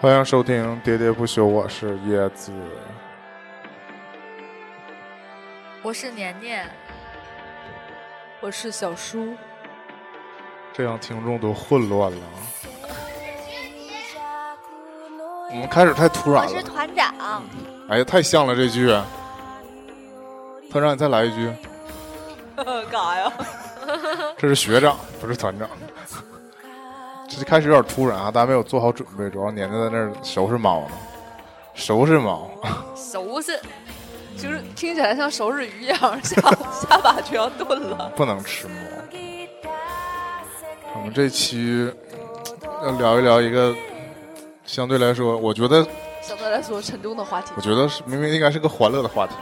欢迎收听《喋喋不休》，我是椰子。我是年年，我是小叔，这样听众都混乱了。我们开始太突然我是了，团 长，哎呀，太像了这句。团长，你再来一句。干啥呀？这是学长，不是团长。 这开始有点突然啊，大家没有做好准备，主要年年在那儿收拾猫呢，收拾猫。收拾就是听起来像手指鱼一样，下下巴全要钝了。 不能吃猫。我们这期要聊一聊一个相对来说，我觉得相对来说沉重的话题我，觉得是明明应该是个欢乐的话题，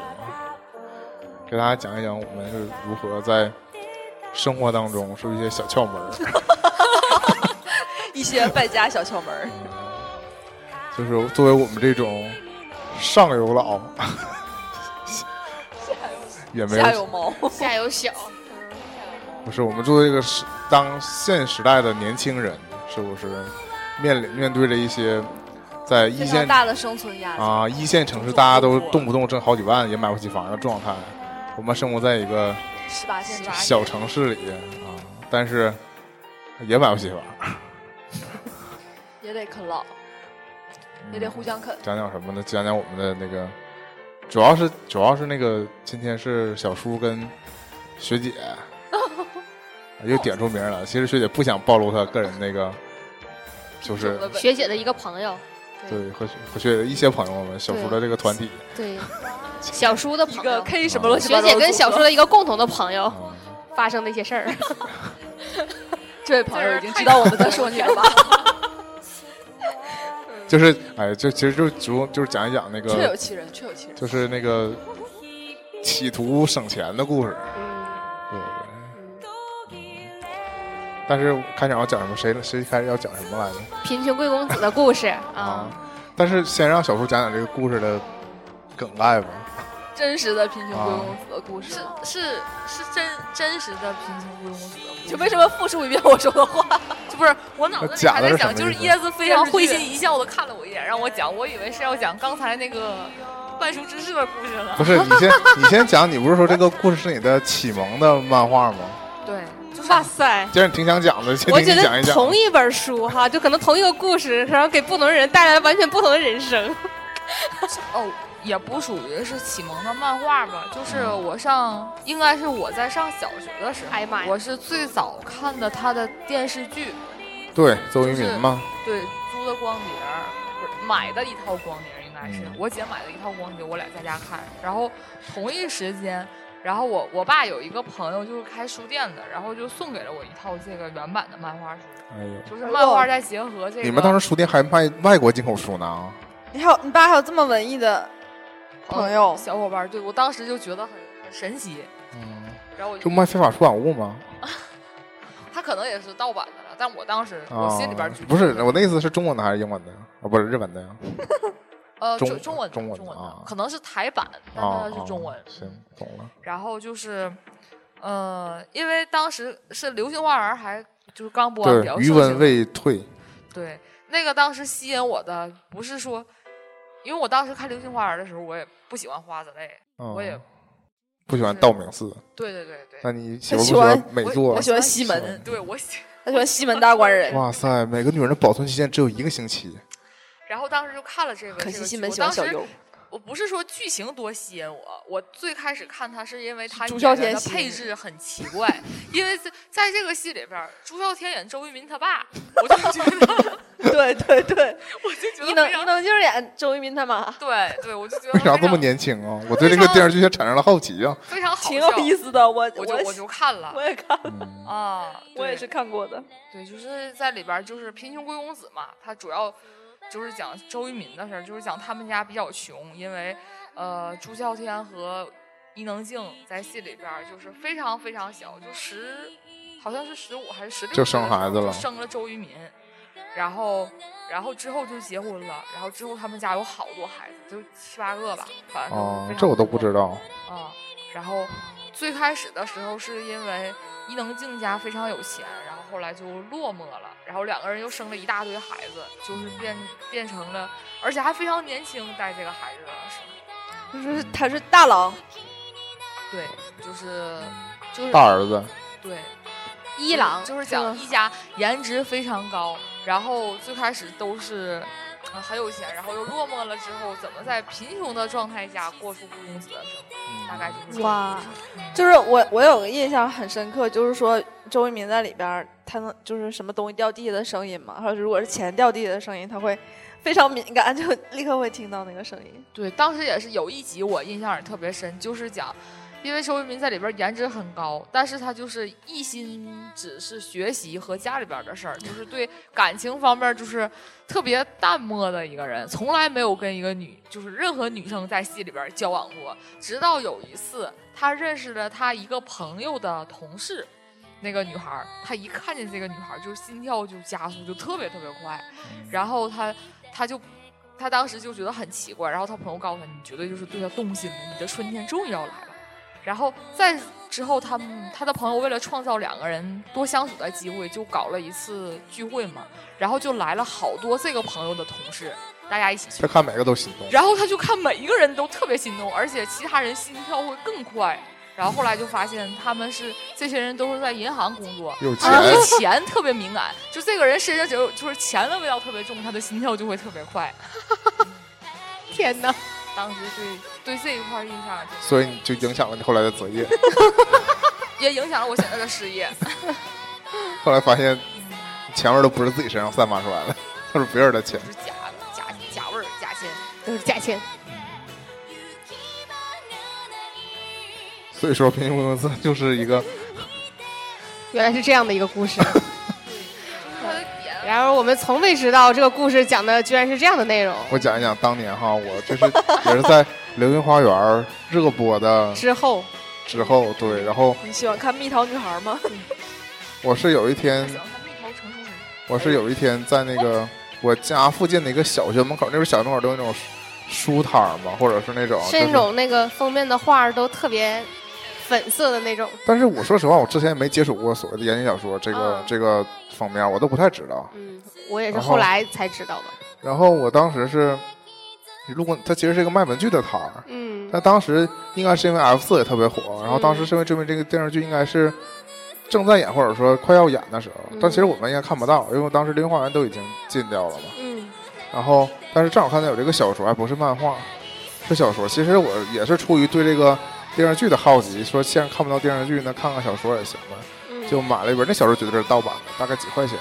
给大家讲一讲我们是如何在生活当中是一些小窍门儿， 一些败家小窍门儿。就是作为我们这种上有老， 也没下有有猫，下有小，不是我们作为这个时当现时代的年轻人，是不是面临面对着一些在一非线常大的生存压力。啊，一线城市大家都动不动挣好几万也买不起房的状态，我们生活在一个十八线抓小城市里啊，但是也买不起房。也得啃老，也得互相啃。讲讲什么呢？讲讲我们的那个，主要是主要是那个，今天是小叔跟学姐，又点出名了。其实学姐不想暴露她个人那个，就是怎么办学姐的一个朋友，对和和学姐的一些朋友们，小叔的这个团体对，小叔的一朋个友， K 什么乱七八学糟的姐跟小叔组合的一个共同的朋友啊，发生的一些事儿。这位朋友已经知道我们在说你了 吧？就是哎，就其实就主就是讲一讲那确有个，其人，确有其人。就是那个企图省钱的故事。嗯，对但是开场要讲什么？谁谁开始要讲什么来着？贫穷贵公子的故事嗯啊，，但是先让小叔讲讲这个故事的梗概吧。真实的贫穷啊贵公子的故事吗。是是是真真实的贫穷贵公子的故事就为什么复述一遍我说的话？就不是我脑那子里假还的是在什么想，就是意思椰子非常会电视心一笑的看了我一眼，让我讲，我以为是要讲刚才那个半熟芝士的故事了。不是，你先你先讲，你不是说这个故事是你的启蒙的漫画吗？对，就是哇塞！既然你挺想讲的，先我听觉你讲得一讲。同一本书哈，就可能同一个故事，然后给不同的人带来了完全不同的人生。哦，也不属于是启蒙的漫画吧，就是我上，应该是我在上小学的时嗯候，哎呀妈呀我是最早看的他的电视剧，对，邹一鸣嘛，对，租的光碟儿，不是买的一套光碟儿，应该是、嗯我姐买的一套光碟，我俩在家看，然后同一时间。然后我我爸有一个朋友就是开书店的，然后就送给了我一套这个原版的漫画书，哎呦，就是哎呦漫画再结合这个。你们当时书店还卖外国进口书呢？啊你还有你爸还有这么文艺的朋友哦嗯小伙伴儿，对我当时就觉得很很神奇，嗯，然后我就这不卖非法出版物吗？他可能也是盗版的了，但我当时、啊，我心里边儿觉得不是我那意思是中文的还是英文的呀？啊，不是日文的呀？呃中中中文的中文的中文的、啊可能是台版，但啊它，是中文。啊行，懂了。然后就是，呃，因为当时是《流星花园》还就是刚播完，比较对，余盛文行未退，对那个当时吸引我的不是说，因为我当时看《流星花园》的时候，我也不喜欢花子泪，嗯我也不喜欢是道明寺。对对对对那你喜欢我不喜喜欢欢美我作我？喜欢西门，对，我喜。 他喜欢西门大官哦人。哇塞，每个女人的保存期限只有一个星期。然后当时就看了这个，可这惜个西剧门我喜欢当小时优，我不是说剧情多吸引我，我最开始看它是因为它朱演孝员天的吸配引置很奇怪，因为在在这个戏里边儿，朱孝天演周渝民他爸，我就觉得 对对对，我就觉伊得能非伊常能静演周渝民他妈，对对，我就觉得为啥非这么常年轻啊？我对这个电视剧也产生了好奇啊。非常好挺有笑意思的。我我就我就看 了我也看，嗯啊，我也对是看过的。对，就是在里边儿就是贫穷贵公子嘛，他主要就是讲周渝民的事儿，就是讲他们家比较穷，因为呃朱孝天和伊能静在戏里边儿就是非常非常小，就十好像是十五还是十六就生孩子了生了周渝民，然后然后之后就结婚了，然后之后他们家有好多孩子，就七八个吧，反正哦非，常这我都不多知道。啊、然后最开始的时候是因为伊能静家非常有钱，然后后来就落寞了，然后两个人又生了一大堆孩子，就是变变成了，而且还非常年轻带这个孩子的时候，就是他是大郎，对，就是就是大儿子，对伊朗就是讲一家颜值非常高，然后最开始都是。呃很有钱，然后又落寞了之后，怎么在贫穷的状态下过出贵公子的生活？嗯大概就是这样哇，就是我我有个印象很深刻，就是说周渝民在里边儿，他能就是什么东西掉地的声音嘛，还有如果是钱掉地的声音，他会非常敏感，就立刻会听到那个声音。对，当时也是有一集我印象也特别深，就是讲，因为周渝民在里边颜值很高，但是他就是一心只是学习和家里边的事儿，就是对感情方面就是特别淡漠的一个人，从来没有跟一个女就是任何女生在戏里边交往过，直到有一次他认识了他一个朋友的同事。那个女孩儿，他一看见这个女孩儿，就是心跳就加速，就特别特别快。然后他他就他当时就觉得很奇怪，然后他朋友告诉他，你绝对就是对他动心了，你的春天终于要来了。然后再之后，他们他的朋友为了创造两个人多相处的机会，就搞了一次聚会嘛，然后就来了好多这个朋友的同事，大家一起去他看每个都心动。然后他就看每一个人都特别心动，而且其他人心跳会更快。然后后来就发现他们是这些人都是在银行工作，有钱他们对钱特别敏感，就这个人身上只有就是钱的味道特别重，他的心跳就会特别快。 天哪！当时对对这一块印象就所以你就影响了你后来的择业，也影响了我现在的事业。后来发现前面都不是自己身上散发出来的，都是别人的钱就。是假的假假味儿假钱。都是假呃钱，所以说，平行公司就是一个原来是这样的一个故 事。他的点然而我们从未知道这个故事讲的居然是这样的内容。我讲一讲当年哈，我就是也是在《流星花园》热播的之后，之后，对，然后你喜欢看《蜜桃女孩》吗？我是有一天行，他蜜桃成熟人，我是有一天在那个我家附近的一个小学门口，那时候小学门口都有那种书摊儿嘛，或者是那种，是哦就那种那个封面的画儿都特别粉色的那种，但是我说实话，我之前也没接触过所谓的言情小说这个、嗯这个方面，我都不太知道。嗯，我也是然后后来才知道的，然后我当时是路过，它其实是一个卖文具的摊儿，嗯但当时应该是因为 F 四也特别火，然后当时嗯是因为这边这个电视剧应该是正在演或者说快要演的时候，嗯但其实我们应该看不到，因为当时《流星花园》都已经禁掉了嘛。嗯，然后，但是正好看到有这个小说，还不是漫画，是小说。其实我也是出于对这个电视剧的好奇，说既然看不到电视剧，那看看小说也行吧，嗯就买了一本。那小说绝对是盗版的，大概几块钱。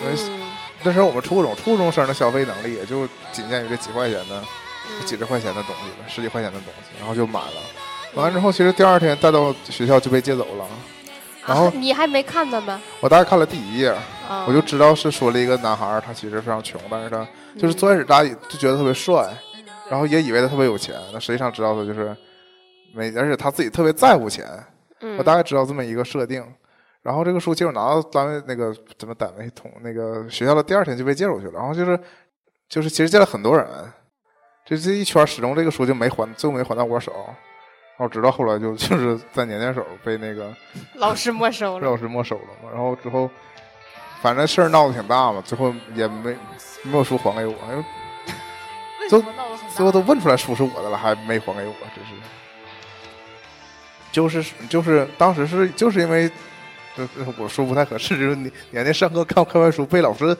因为嗯那时候我们初中初中生的消费能力也就仅限于这几块钱的、嗯几十块钱的东西吧，十几块钱的东西，然后就买了。买完之后，其实第二天带到学校就被借走了。然后啊 你还没看呢吗？我大概看了第一页，啊我就知道是说了一个男孩儿，他其实非常穷，但是他就是最开始大家也就觉得特别帅，嗯，然后也以为他特别有钱，那实际上知道的就是没，而且他自己特别在乎钱。嗯我大概知道这么一个设定。然后这个书结果拿到单位那个咱们单位同那个学校的第二天就被借出去了。然后就是就是其实借了很多人，这这一圈始终这个书就没还，最后没还到我手。然后直到后来就就是在年年手被那个老师没收被了，老师没收了嘛。然后之后反正事儿闹得挺大嘛，最后也没没有书还给我，因为为最什么闹得很大？最后都问出来书是我的了，还没还给我，真是。就是就是当时是就是因为，呃呃我说不太合适，就是你年年上课看课外书被老师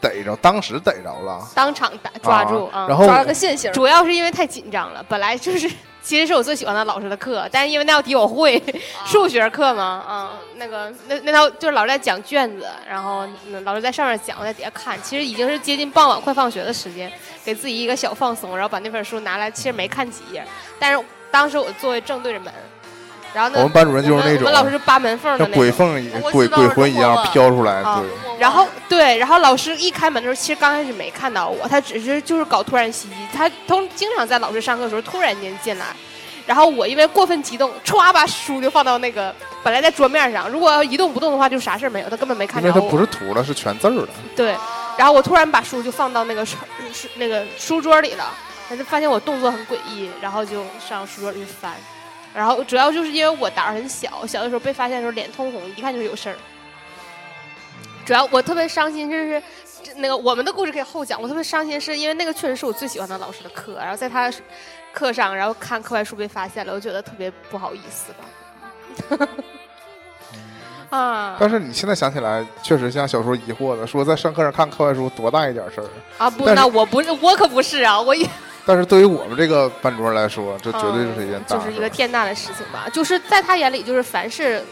逮着，当时逮着了，当场打抓住啊啊，然后抓了个现行， 主要是因为太紧张了，本来就是。 其实是我最喜欢的老师的课，但是因为那道题我会，数学课嘛，啊，那个那那道就是老师在讲卷子，然后嗯老师在上面讲，我在底下看，其实已经是接近傍晚快放学的时间，给自己一个小放松，然后把那本书拿来，其实没看几页，但是当时我座位正对着门，然后呢，我们班主任就是那我们老师种是扒门缝的像那鬼种。缝一我鬼知道鬼魂一样我知道飘出来，啊对，然后对，然后老师一开门的时候，其实刚开始没看到我，他只是就是搞突然袭击，他通经常在老师上课的时候突然间进来，然后我因为过分激动，歘把书就放到那个本来在桌面上，如果要一动不动的话，就啥事儿没有，他根本没看因为着它我。不是图了，是全字儿的，对，然后我突然把书就放到那个书书那个书桌里了，但是发现我动作很诡异，然后就上书桌里去翻，然后主要就是因为我胆儿很小，小的时候被发现的时候脸通红，一看就是有事儿。主要我特别伤心，就是这那个我们的故事可以后讲。我特别伤心，是因为那个确实是我最喜欢的老师的课，然后在他课上，然后看课外书被发现了，我觉得特别不好意思 嗯吧。啊 但是你现在想起来，确实像小时候疑惑的说，在上课上看课外书多大一点事儿。啊不，但是那我不是，我可不是啊，我也但是对于我们这个班主任来说，这绝对是一件嗯大就事儿。是一个天大的事情吧。就是在他眼里，就是凡是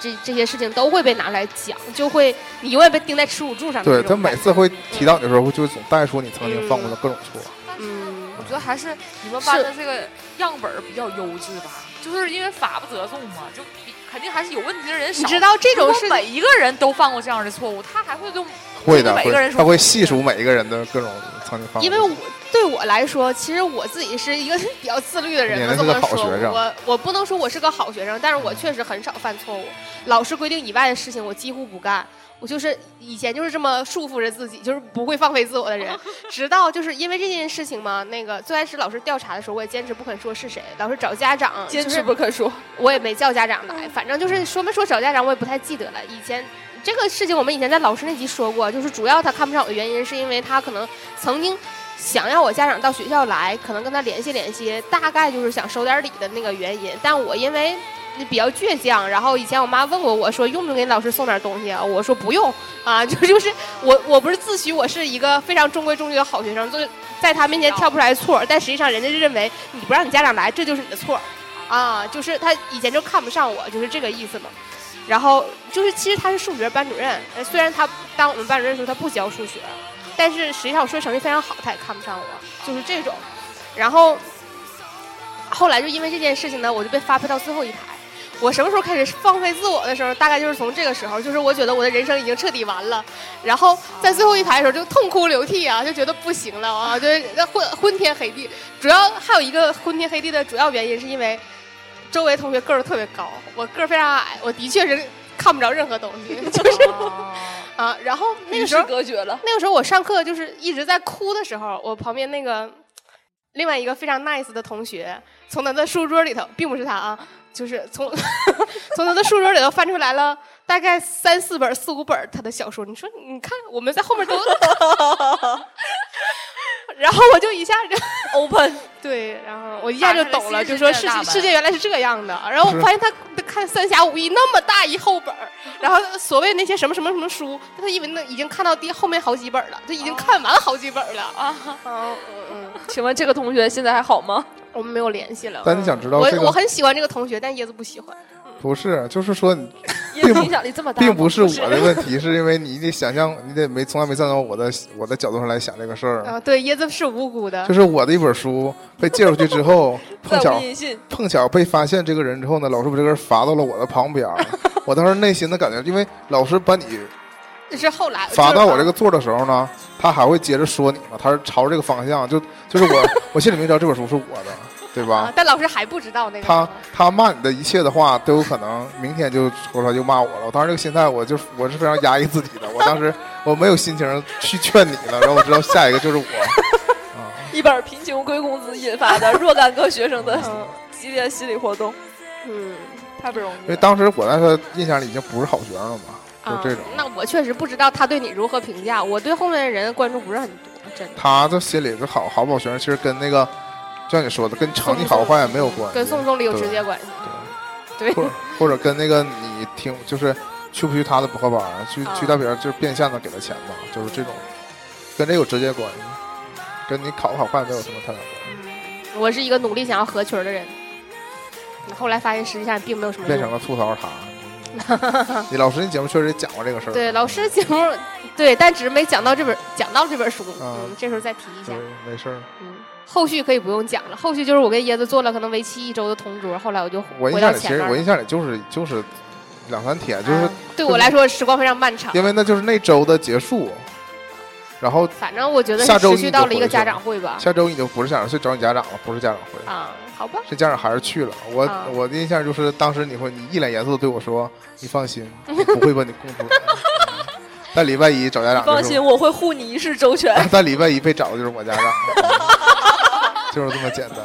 这这些事情都会被拿来讲，就会你永远被钉在耻辱柱上的对那种感觉。他每次会提到你的时候，就总带出你曾经犯过的各种错。嗯。我觉得还是你们班的这个样本儿比较优质吧，就是因为法不责众嘛，就比肯定还是有问题的人少。你知道这如种果事情每一个人都犯过这样的错误，他还会对会的，每会个人说 他会细数每一个人的各种曾经犯过的错。因为我对我来说，其实我自己是一个 比较自律的人，你我那这是个么好说学，生我我不能说我是个好学生，但是我确实很少犯错误。老师规定以外的事情，我几乎不干。我就是以前就是这么束缚着自己，就是不会放飞自我的人。直到就是因为这件事情嘛，那个最开始老师调查的时候，我也坚持不肯说是谁。老师找家长，坚就是持不可说。 我也没叫家长来，反正就是说没说找家长，我也不太记得了。以前这个事情我们以前在老师那集说过，就是主要他看不上我的原因，是因为他可能曾经想要我家长到学校来，可能跟他联系联系，大概就是想收点礼的那个原因。但我因为比较倔强，然后以前我妈问过我说用不用给老师送点东西啊，我说不用啊，就就是我我不是自诩我是一个非常中规中矩的好学生，就是在他面前挑不出来错儿，但实际上人家就认为你不让你家长来，这就是你的错儿。啊，就是他以前就看不上我，就是这个意思嘛。然后就是其实他是数学班主任，呃虽然他当我们班主任的时候他不教数学，但是实际上我数学成绩非常好，他也看不上我，就是这种。然后后来就因为这件事情呢，我就被发配到最后一排。我什么时候开始放飞自我的时候，大概就是从这个时候，就是我觉得我的人生已经彻底完了，然后在最后一排的时候就痛哭流涕啊，就觉得不行了啊，就是昏昏天黑地。主要还有一个昏天黑地的主要原因是因为周围同学个儿都特别高，我个儿非常矮，我的确是看不着任何东西，就是 啊，然后那与个时世候隔绝了，那个时候我上课就是一直在哭的时候，我旁边那个另外一个非常 nice 的同学，从他的书桌里头，并不是他啊，就是从 从他的书桌里头翻出来了大概三四本、四五本他的小说。你说，你看我们在后面都， 然后我就一下就 open 对，然后我一下就懂了，就说世打开了新世界的大界世界原来门是这样的。然后我发现他看《三侠五义》那么大一厚本儿，然后所谓那些什么什么什么书，他以为那已经看到第后面好几本了，他已哦经看完好几本了啊。嗯嗯， 请问这个同学现在还好吗？我们没有联系了。但你想知道我这个我很喜欢这个同学，但椰子不喜欢。不是，就是说 你因为并不影响力这么大吗，并不是我的问题，是因为你得想象，你得没从来没站到我的我的角度上来想这个事儿。啊，对，椰子是无辜的就。是我的一本书被借出去之后，碰在巧无音信，碰巧被发现这个人之后呢，老师把这个人罚到了我的旁边儿。我当时内心的感觉，因为老师把你是后来罚到我这个个座儿的时候呢，他还会接着说你嘛，他是朝着这个方向，就就是我我心里明知道这本书是我的，对吧？啊，但老师还不知道那个。他他骂你的一切的话，都有可能明天就说出来就骂我了。我当时这个心态，我就我是非常压抑自己的。我当时我没有心情去劝你了，然后我知道下一个就是我。一本《贫穷归公子》引发的若干个学生的嗯激烈心理活动，嗯太不容易因为了。当时我在他印象里已经不是好学生了嘛，啊就这种，。那我确实不知道他对你如何评价，我对后面的人关注不是很多，真的。他这心里就好好不好学生，其实跟那个就像你说的，跟成绩好坏没有关系，跟送终离有直接关系。对或者或者跟那个你听就是去不去他的补课班，去啊去他别人就是变相的给他钱嘛，就是这种，跟这有直接关系，跟你考不好坏没有什么太大关系。我是一个努力想要合群儿的人，后来发现实际上并没有什么变用成。了吐槽他。 你老师那节目确实也讲过这个事儿，对老师节目，对，但只是没讲到这本讲到这本书，啊嗯，这时候再提一下对，，没事儿。嗯，后续可以不用讲了。后续就是我跟椰子做了可能为期一周的同桌，后来我就我印回象到里，其前实面我了。印象里就是就是两三天，就是啊对我来说时光非常漫长，因为那就是那周的结束，然后反正我觉得下是周持一续就到了一个回去家了长会吧。下周你就不是家长去找你家长了，不是家长会，啊，好吧，这家长还是去了。我啊我的印象就是当时你会你一脸严肃的对我说：“你放心，我不会把你供出来。” 但礼拜一找家长，放心，，我会护你一世周全。但礼拜一被找的就是我家长， 就是这么简单。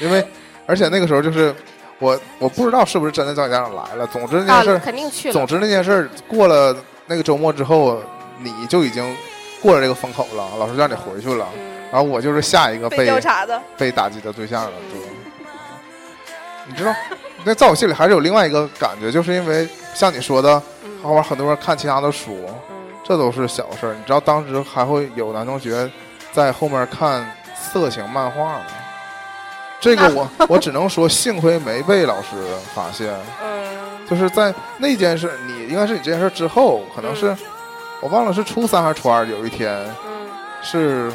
因为而且那个时候就是我我不知道是不是真的找你家长来了，总之那啊件事，儿，肯定去了总。之那件事儿过了那个周末之后，你就已经过了这个风口了，老师让你回去了，然后我就是下一个 被被调查的，被打击的对象了。对，你知道，那在我心里还是有另外一个感觉，就是因为像你说的，后面很多人看其他的书，这都是小事儿。你知道当时还会有男同学在后面看色情漫画吗？这个我我只能说，幸亏没被老师发现。嗯，就是在那件事，你应该是你这件事之后，可能是、我忘了是初三还是初二，有一天嗯是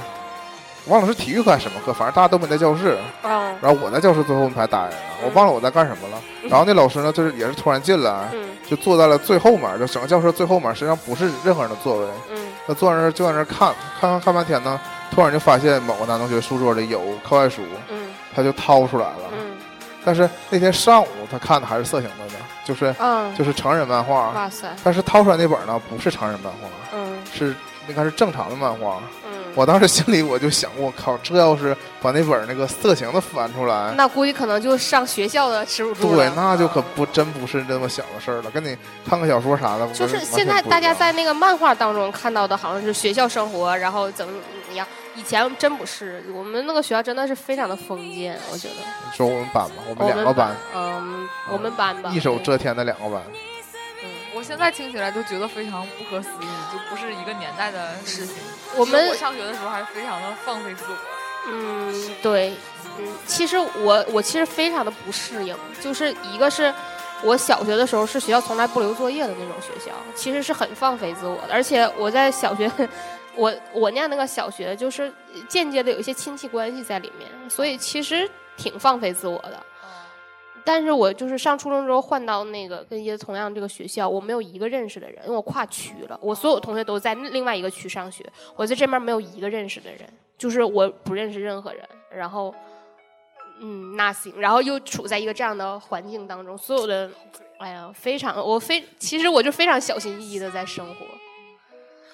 我忘了是体育课还是什么课，反正大家都没在教室，哦嗯，然后我在教室最后一排待着呢，我忘了我在干什么了。然后那老师呢，就是也是突然进来，嗯就坐在了最后面，就整个教室最后面，实际上不是任何人的座位。嗯他坐在那儿就在那儿看，看看看半天呢，突然就发现某个男同学书桌里有课外书，嗯他就掏出来了。嗯但是那天上午他看的还是色情的呢，就是嗯，就是成人漫画。哇塞，但是掏出来那本呢，不是成人漫画，嗯是应该是正常的漫画。嗯，我当时心里我就想，我靠，这要是把那本那个色情的翻出来，那估计可能就上学校的耻辱柱对了，。啊那就可不真不是那么小的事儿了。跟你看个小说啥的，就完是全现在不一大家样在那个漫画当中看到的，好像是学校生活，然后怎么怎么样。以前真不是，我们那个学校真的是非常的封建，我觉得。你说我们班吧，我我们两们个班，，嗯，我们班吧，一手对遮天的两个班。嗯我现在听起来都觉得非常不可思议，就不是一个年代的事情。我其实们我上学的时候还是非常的放飞自我，嗯，对，嗯，其实我我其实非常的不适应，就是一个是我小学的时候是学校从来不留作业的那种学校，其实是很放飞自我的，而且我在小学。我我念那个小学，就是间接的有一些亲戚关系在里面，所以其实挺放飞自我的。但是我就是上初中之后换到那个跟爷同样这个学校，我没有一个认识的人，因为我跨区了，我所有同学都在另外一个区上学，我在这边没有一个认识的人，就是我不认识任何人，然后。嗯，nothing，然后又处在一个这样的环境当中，所有的，哎呀，非常，我非，其实我就非常小心翼翼的在生活，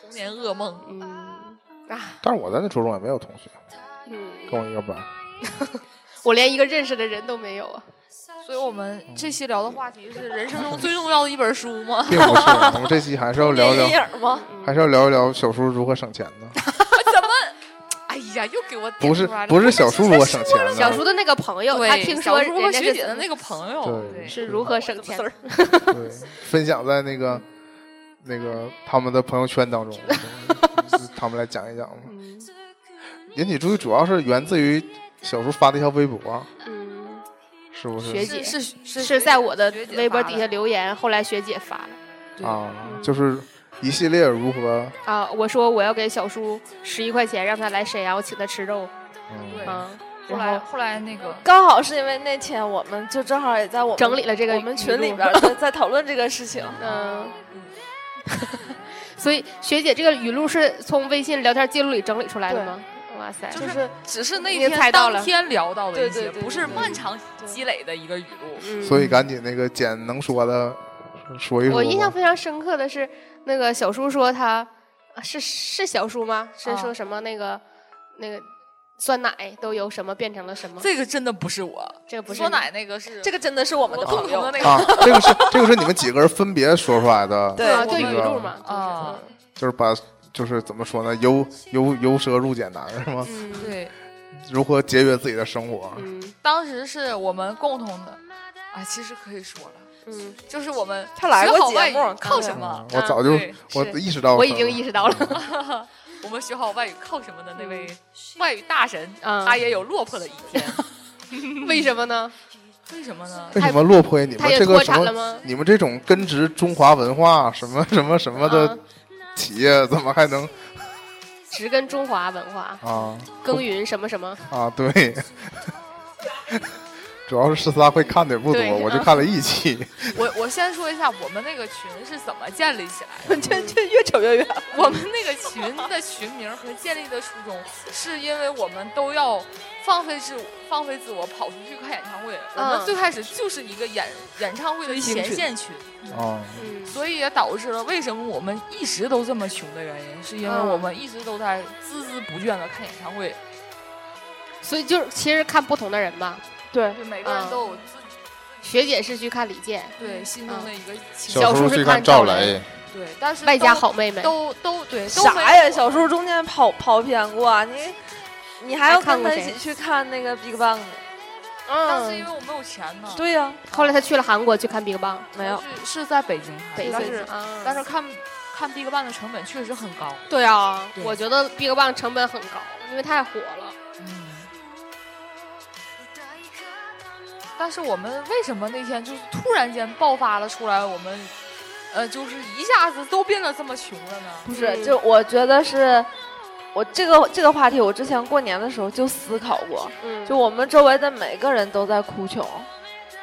童年噩梦。嗯啊，但是我在那初中也没有同学嗯，跟我一个班，我连一个认识的人都没有啊，所以我们这期聊的话题是人生中最重要的一本书吗？并不是。我们这期还是要 聊阴聊，影吗？嗯还是要聊一聊小叔如何省钱的。哎呀，又给我点不是出来了不是小叔如何省钱的， 小叔的那个朋 友，他对，听小说叔和人家学是姐的怎么那个朋友，对是如何省钱的，对， 分享在那个那个他们的朋友圈当中， 就是他们来讲一讲吧。嗯引起注意主要是源自于小叔发的一条微博，嗯，是不学是？姐是是是是在我的学姐微博发底下留言，后来学姐发了。对啊，就是一系列如何，啊，我说我要给小叔十一块钱，让他来沈阳，我请他吃肉。嗯对，嗯，后然来后后来那个刚好是因为那天我们就正好也在我们整理了这个我们语群里录边儿在在讨论这个事情，嗯， 所以学姐这个语录是从微信聊天记录里整理出来的吗？哇塞，就就是是只是那已天经猜到当了天聊到的对一对些，对不是对漫长积累的一个语录。嗯所以赶紧那个捡能说的说一说吧。我印象非常深刻的是，那个小叔说他啊是是小叔吗？是啊说什么那个、那个酸奶都由什么变成了什么？这个真的不是我，这个不是说你奶那个是这个真的是我们我的共朋同的友，那个啊，这个是这个是你们几个人分别说出来的，对啊，我哦就们语的录嘛，就是啊，就是把就是怎么说呢，由由由奢入俭难是吗？嗯对，如何节约自己的生活？嗯当时是我们共同的啊，其实可以说了，嗯，就是我们他来过学好节外语目靠对什嗯么？我早就对我啊是意识到，我已经意识到了。我们学好外语靠什么的那位外语大神，嗯他也有落魄的一天，为什么呢？为什么呢？为什么落魄？你他们也这个脱什产了么？吗？你们这种根植中华文化什么什么什么啊的企业，怎么还能植根中华文化，啊耕耘什么什么，啊？对，主要是十仨会看的也不多，对我就啊看了一期。我我先说一下我们那个群是怎么建立起来的。这这越扯越远。我们那个群的群名和建立的初衷，是因为我们都要放飞自我，放飞自我，跑出去看演唱会。我嗯们最开始就是一个演演唱会的前线群， 啊，嗯所以也导致了为什么我们一直都这么穷的原因，是因为嗯我们一直都在孜孜不倦的看演唱会。所以就是其实看不同的人吧，对，就每个人都有自己自学姐是去看李健，对心中的一个期小待，小叔叔是去看看赵赵雷雷，对，但是外加都好妹妹，都都对，都没啥呀？有小叔中间跑跑偏过啊，你你还要还看跟过他一谁起去看那个 BigBang 呢？但是因嗯。为我没有钱呢，，对呀、后来他去了韩国去看 BigBang，没有。是是在北京看，北但京是啊，但是看看 BigBang 的成本确实很高，对啊，对我觉得 BigBang 成本很高，因为太火了。嗯。但是我们为什么那天就是突然间爆发了出来？我们，呃，就是一下子都变得这么穷了呢？不是，嗯就我觉得是，我这个这个话题，我之前过年的时候就思考过，嗯，就我们周围的每个人都在哭穷，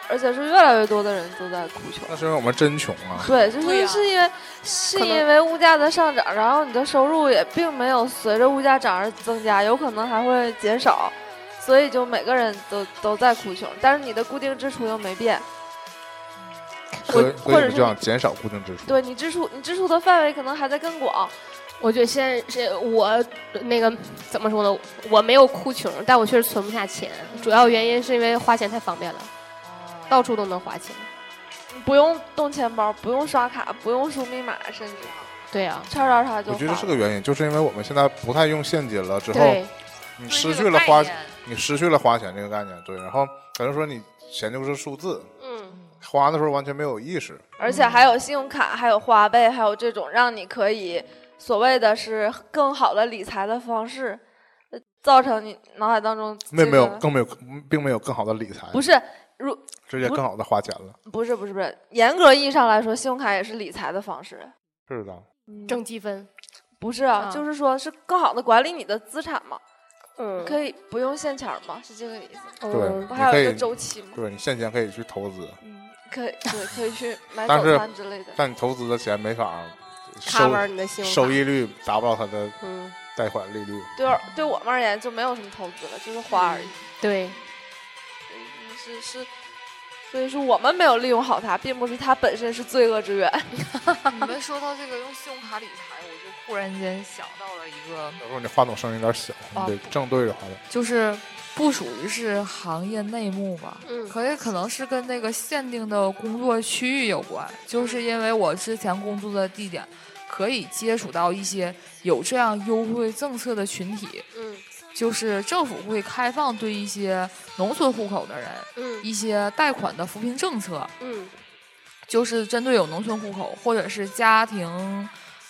而且是越来越多的人都在哭穷那。是因为我们真穷啊。对，就对是呀是因为是可能因为物价的上涨，然后你的收入也并没有随着物价涨而增加，有可能还会减少，所以就每个人都都在哭穷，但是你的固定支出又没变，所以我所以或我者们是就想减少固定支出。对你支出你支出的范围可能还在更广，我觉得现在是我那个怎么说呢？我没有哭穷，但我确实存不下钱，主要原因是因为花钱太方便了，哦到处都能花钱。你不用动钱包，不用刷卡，不用输密码，甚至对啊，叉叉叉就我觉得花是了个原因，就是因为我们现在不太用现金了，之后对，你对失这去个了概花，念你失去了花钱这个概念，对。然后可能说你钱就是数字，嗯，花的时候完全没有意识，而且还有信用卡，还有花呗，还有这种让你可以所谓的是更好的理财的方式，呃造成你脑海当中没这没有个更没有，并没有更好的理财，不是如直接更好的花钱了，不是不是不是，严格意义上来说，信用卡也是理财的方式，是的。嗯挣积分，不是啊，啊就是说是更好的管理你的资产嘛，嗯可以不用现钱儿嘛，是这个意思。对嗯不你还有可一以个周期嘛，对你现钱可以去投资，嗯，可以对，可以去买但早是餐之类的。但你投资的钱没法收 cover 你的信用卡收益率达不到它的嗯，贷款利率。对我对我们而言就没有什么投资了，就是花而已。对，嗯是是，所以说我们没有利用好它，并不是它本身是罪恶之源。 你们说到这个用信用卡理财，我就忽然间想到了一个，要不你话筒声音有点小，哦你得正对着话筒。就是不属于是行业内幕吧，嗯可也可能是跟那个限定的工作区域有关。就是因为我之前工作的地点，可以接触到一些有这样优惠政策的群体，嗯就是政府会开放对一些农村户口的人嗯一些贷款的扶贫政策。嗯就是针对有农村户口或者是家庭，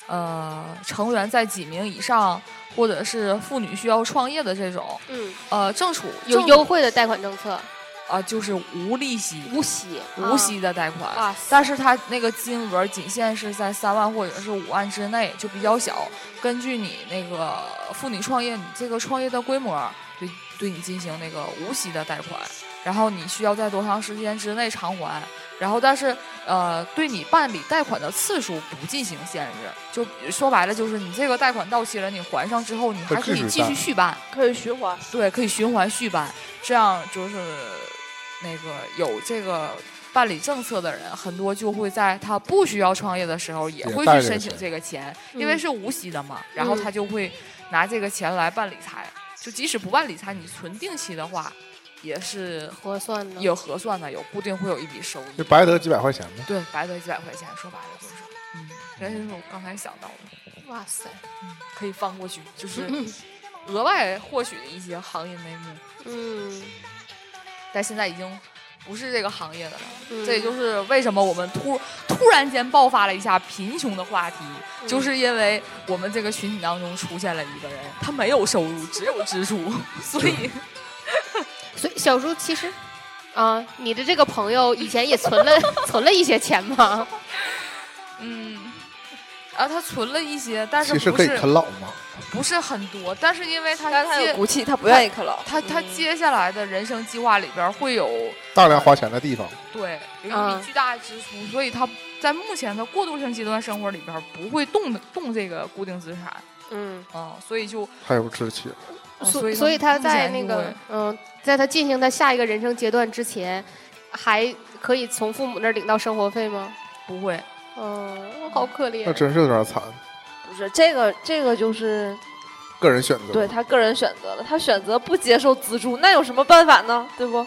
呃，成员在几名以上，或者是妇女需要创业的这种，嗯，呃，正处有政优惠的贷款政策，啊、就是无利息、无息，无息的贷款，啊，但是它那个金额仅限是在三万或者是五万之内，就比较小。根据你那个妇女创业，你这个创业的规模，对对你进行那个无息的贷款，然后你需要在多长时间之内偿还。然后，但是呃，对你办理贷款的次数不进行限制，就说白了就是你这个贷款到期了，你还上之后，你还会可以继续继办续续办。可以循环。对，可以循环续办，这样就是那个有这个办理政策的人，很多就会在他不需要创业的时候也也会带去这个申请钱这个钱，因为嗯是无息的嘛，然后他就会拿这个钱来办理财。就即使不办理财，你存定期的话，也是核算的，有核算的，有固定会有一笔收益就。白得几百块钱呗。对，白得几百块钱，说白了就是，嗯，这就是我刚才想到的，嗯哇塞，可以翻过去，就是额外获取的一些行业内幕。嗯，但现在已经不是这个行业的了。嗯这也就是为什么我们突突然间爆发了一下贫穷的话题，嗯就是因为我们这个群体当中出现了一个人，他没有收入，只有支出， 所以所以小叔其实。啊，你的这个朋友以前也存了 存了一些钱 吗？嗯。啊，他存了一些，但是其实不可以是啃老嘛，不是很多，但是因为他但是他有嗯接骨气，他不愿意啃老。他他接下来的人生计划里边会有大量花钱的地方，对有一嗯笔巨大的支出，所以他在目前的过渡性阶段生活里边不会动动这个固定资产，嗯，嗯，所以就太不志气了。哦所呢所以他目在前那就个会嗯，在他进行他下一个人生阶段之前，还可以从父母那儿领到生活费吗？不会，嗯，好可怜那。真是有点惨，不是这个，这个就是个人选择。对他个人选择了，他选择不接受资助，那有什么办法呢？对不？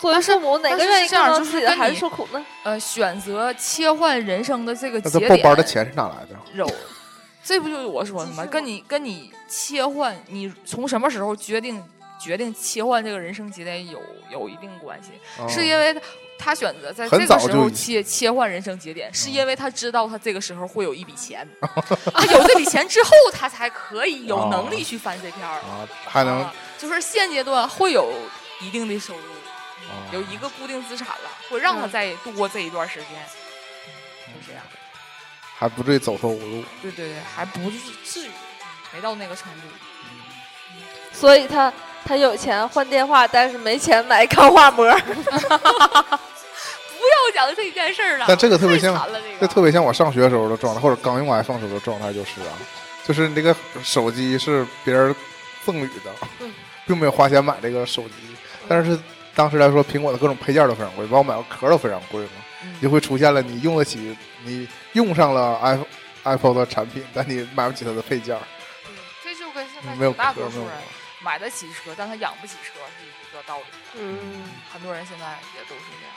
作为父母哪嗯但个是愿是意这样看到就是自己的跟孩子你受苦呢？呃，选择切换人生的这个那他节报点，班的钱是哪来的？肉，这不就是我说的吗？跟你跟你切换，你从什么时候决定决定切换这个人生节点有有一定关系？哦是因为他选择在很这个早时就候已切切换人生节点，是因为他知道他这个时候会有一 笔钱，他有这笔钱之后，他才可以哦有能力去翻这篇儿。啊，还能啊就是现阶段会有一定的收入，哦有一个固定资产了，会让嗯他再度过这一段时间，就这样。还不至于走投无路。对对对，还不是至于，没到那个程度。 所以他他有钱换电话，但是没钱买钢化 膜。不要讲这件事儿了。但这个特别太像惨了，这这特个。别像我上学时候的状态，或者刚用 iPhone 时候的状态就是啊，就是你这个手机是别人赠予的，嗯并没有花钱买这个手机，嗯但是当时来说，苹果的各种配件都非常贵，包括买个壳都非常贵嘛，嗯就会出现了你用得起，你用上了 iPhone。Apple 的产品，但你买不起它的配件，这就跟现在没有绝壳，大没多有数膜人买得起车，但他养不起车是一个道理。嗯，很多人现在也都是这样。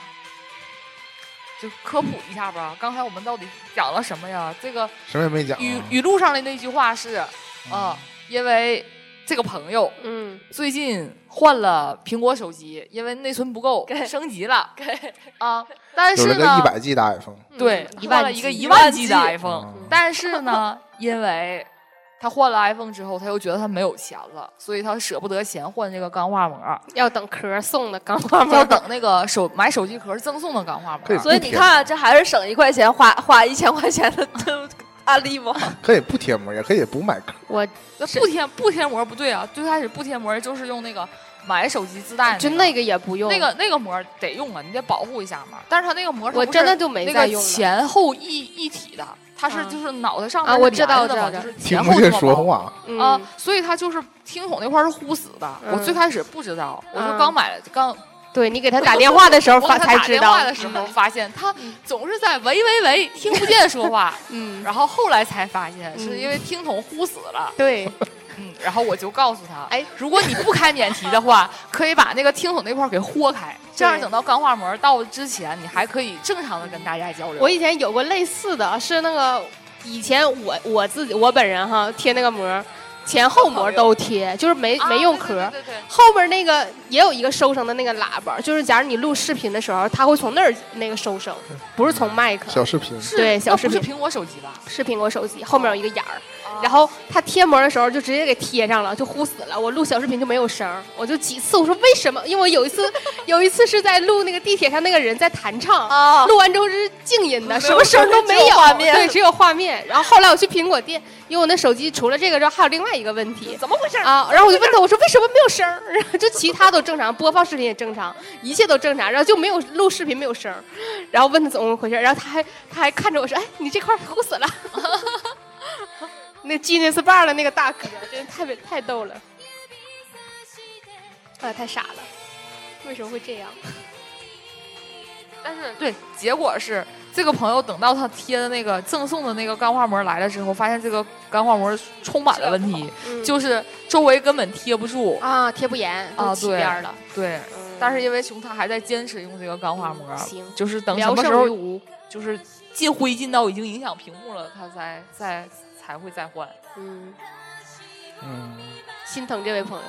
就科普一下吧，刚才我们到底讲了什么呀？这个什么也没讲啊。嗯语语录上的那句话是，啊，因为这个朋友嗯，最近换了苹果手机，因为内存不够，给升级了啊。但有是了个呢一，百 G 的 iPhone，对，嗯一换万了嗯一个级一万万 G 级的 iPhone，嗯但是呢， 因为他换了 iPhone 之后，他又觉得他没有钱了，所以他舍不得钱换这个钢化膜，要等壳送的钢化要膜，等那个手买手机壳赠送的钢化可以膜。所以你看，啊这还是省一块钱花花一千块钱的 案例吗？可以不贴膜，也可以不买壳。我那不贴不贴膜不对啊，最开始不贴膜就是用那个买手机自带就那那个。个也不用，那个那个膜得用啊，你得保护一下嘛。但是它那个膜，它我不真是的就没那在个用了前后一一体的，它是啊就是脑袋上啊面我是知道连着知道的嘛知就是听前不后见这么说包话，嗯啊，所以它就是听筒那块儿是呼死的。我嗯最开始不知道，我就嗯刚买刚对你给他打电话 的时候我给发他才打知电道嗯话，的时候发现，他总是在喂喂喂，听不见说话。嗯，然后后来才发现是嗯因为听筒呼死了。对，嗯，然后我就告诉他，哎，如果你不开免提的话，可以把那个听筒那块儿给豁开，这样对等到钢化膜到之前，你还可以正常的跟大家交流。我以前有过类似的，是那个以前我我自己我本人哈贴那个膜，前后膜都贴，就是没、啊没用对壳。对对对对后面那个也有一个收声的那个喇叭，就是假如你录视频的时候，它会从那儿那个收声，不是从麦克。小视频是对小那视不是频苹果手机吧？是苹果手机后面有一个眼儿，哦然后它贴膜的时候就直接给贴上了，就呼死了。我录小视频就没有声儿，我就几次我说为什么？因为我有一次有一次是在录那个地铁上那个人在弹唱，啊， 录完之后是静音的，没有什么声儿都没只有画面对，只有画面。然后后来我去苹果店，因为我那手机除了这个之后还有另外一个问题怎么回事？啊，然后我就问他，我说为什么没有声儿？ 然后就其他都正常，播放视频也正常，一切都正常，然后就没有录视频没有声儿，然后问他怎么回事儿，然后他还他还看着我说，哎，你这块儿糊死了。 那 Genius Bar 的那个大哥真的太被太逗了，啊，太傻了，为什么会这样？但是对，结果是这个朋友等到他贴的那个赠送的那个钢化膜来了之后，发现这个钢化膜充满了问题，嗯就是周围根本贴不住。啊，贴不严啊哦都起对边儿了，嗯对，但是因为熊他还在坚持用这个钢化膜，行就是等什嗯聊么时胜于候无。就是进灰进到已经影响屏幕了，他才再才会再换。嗯，嗯，心疼这位朋友。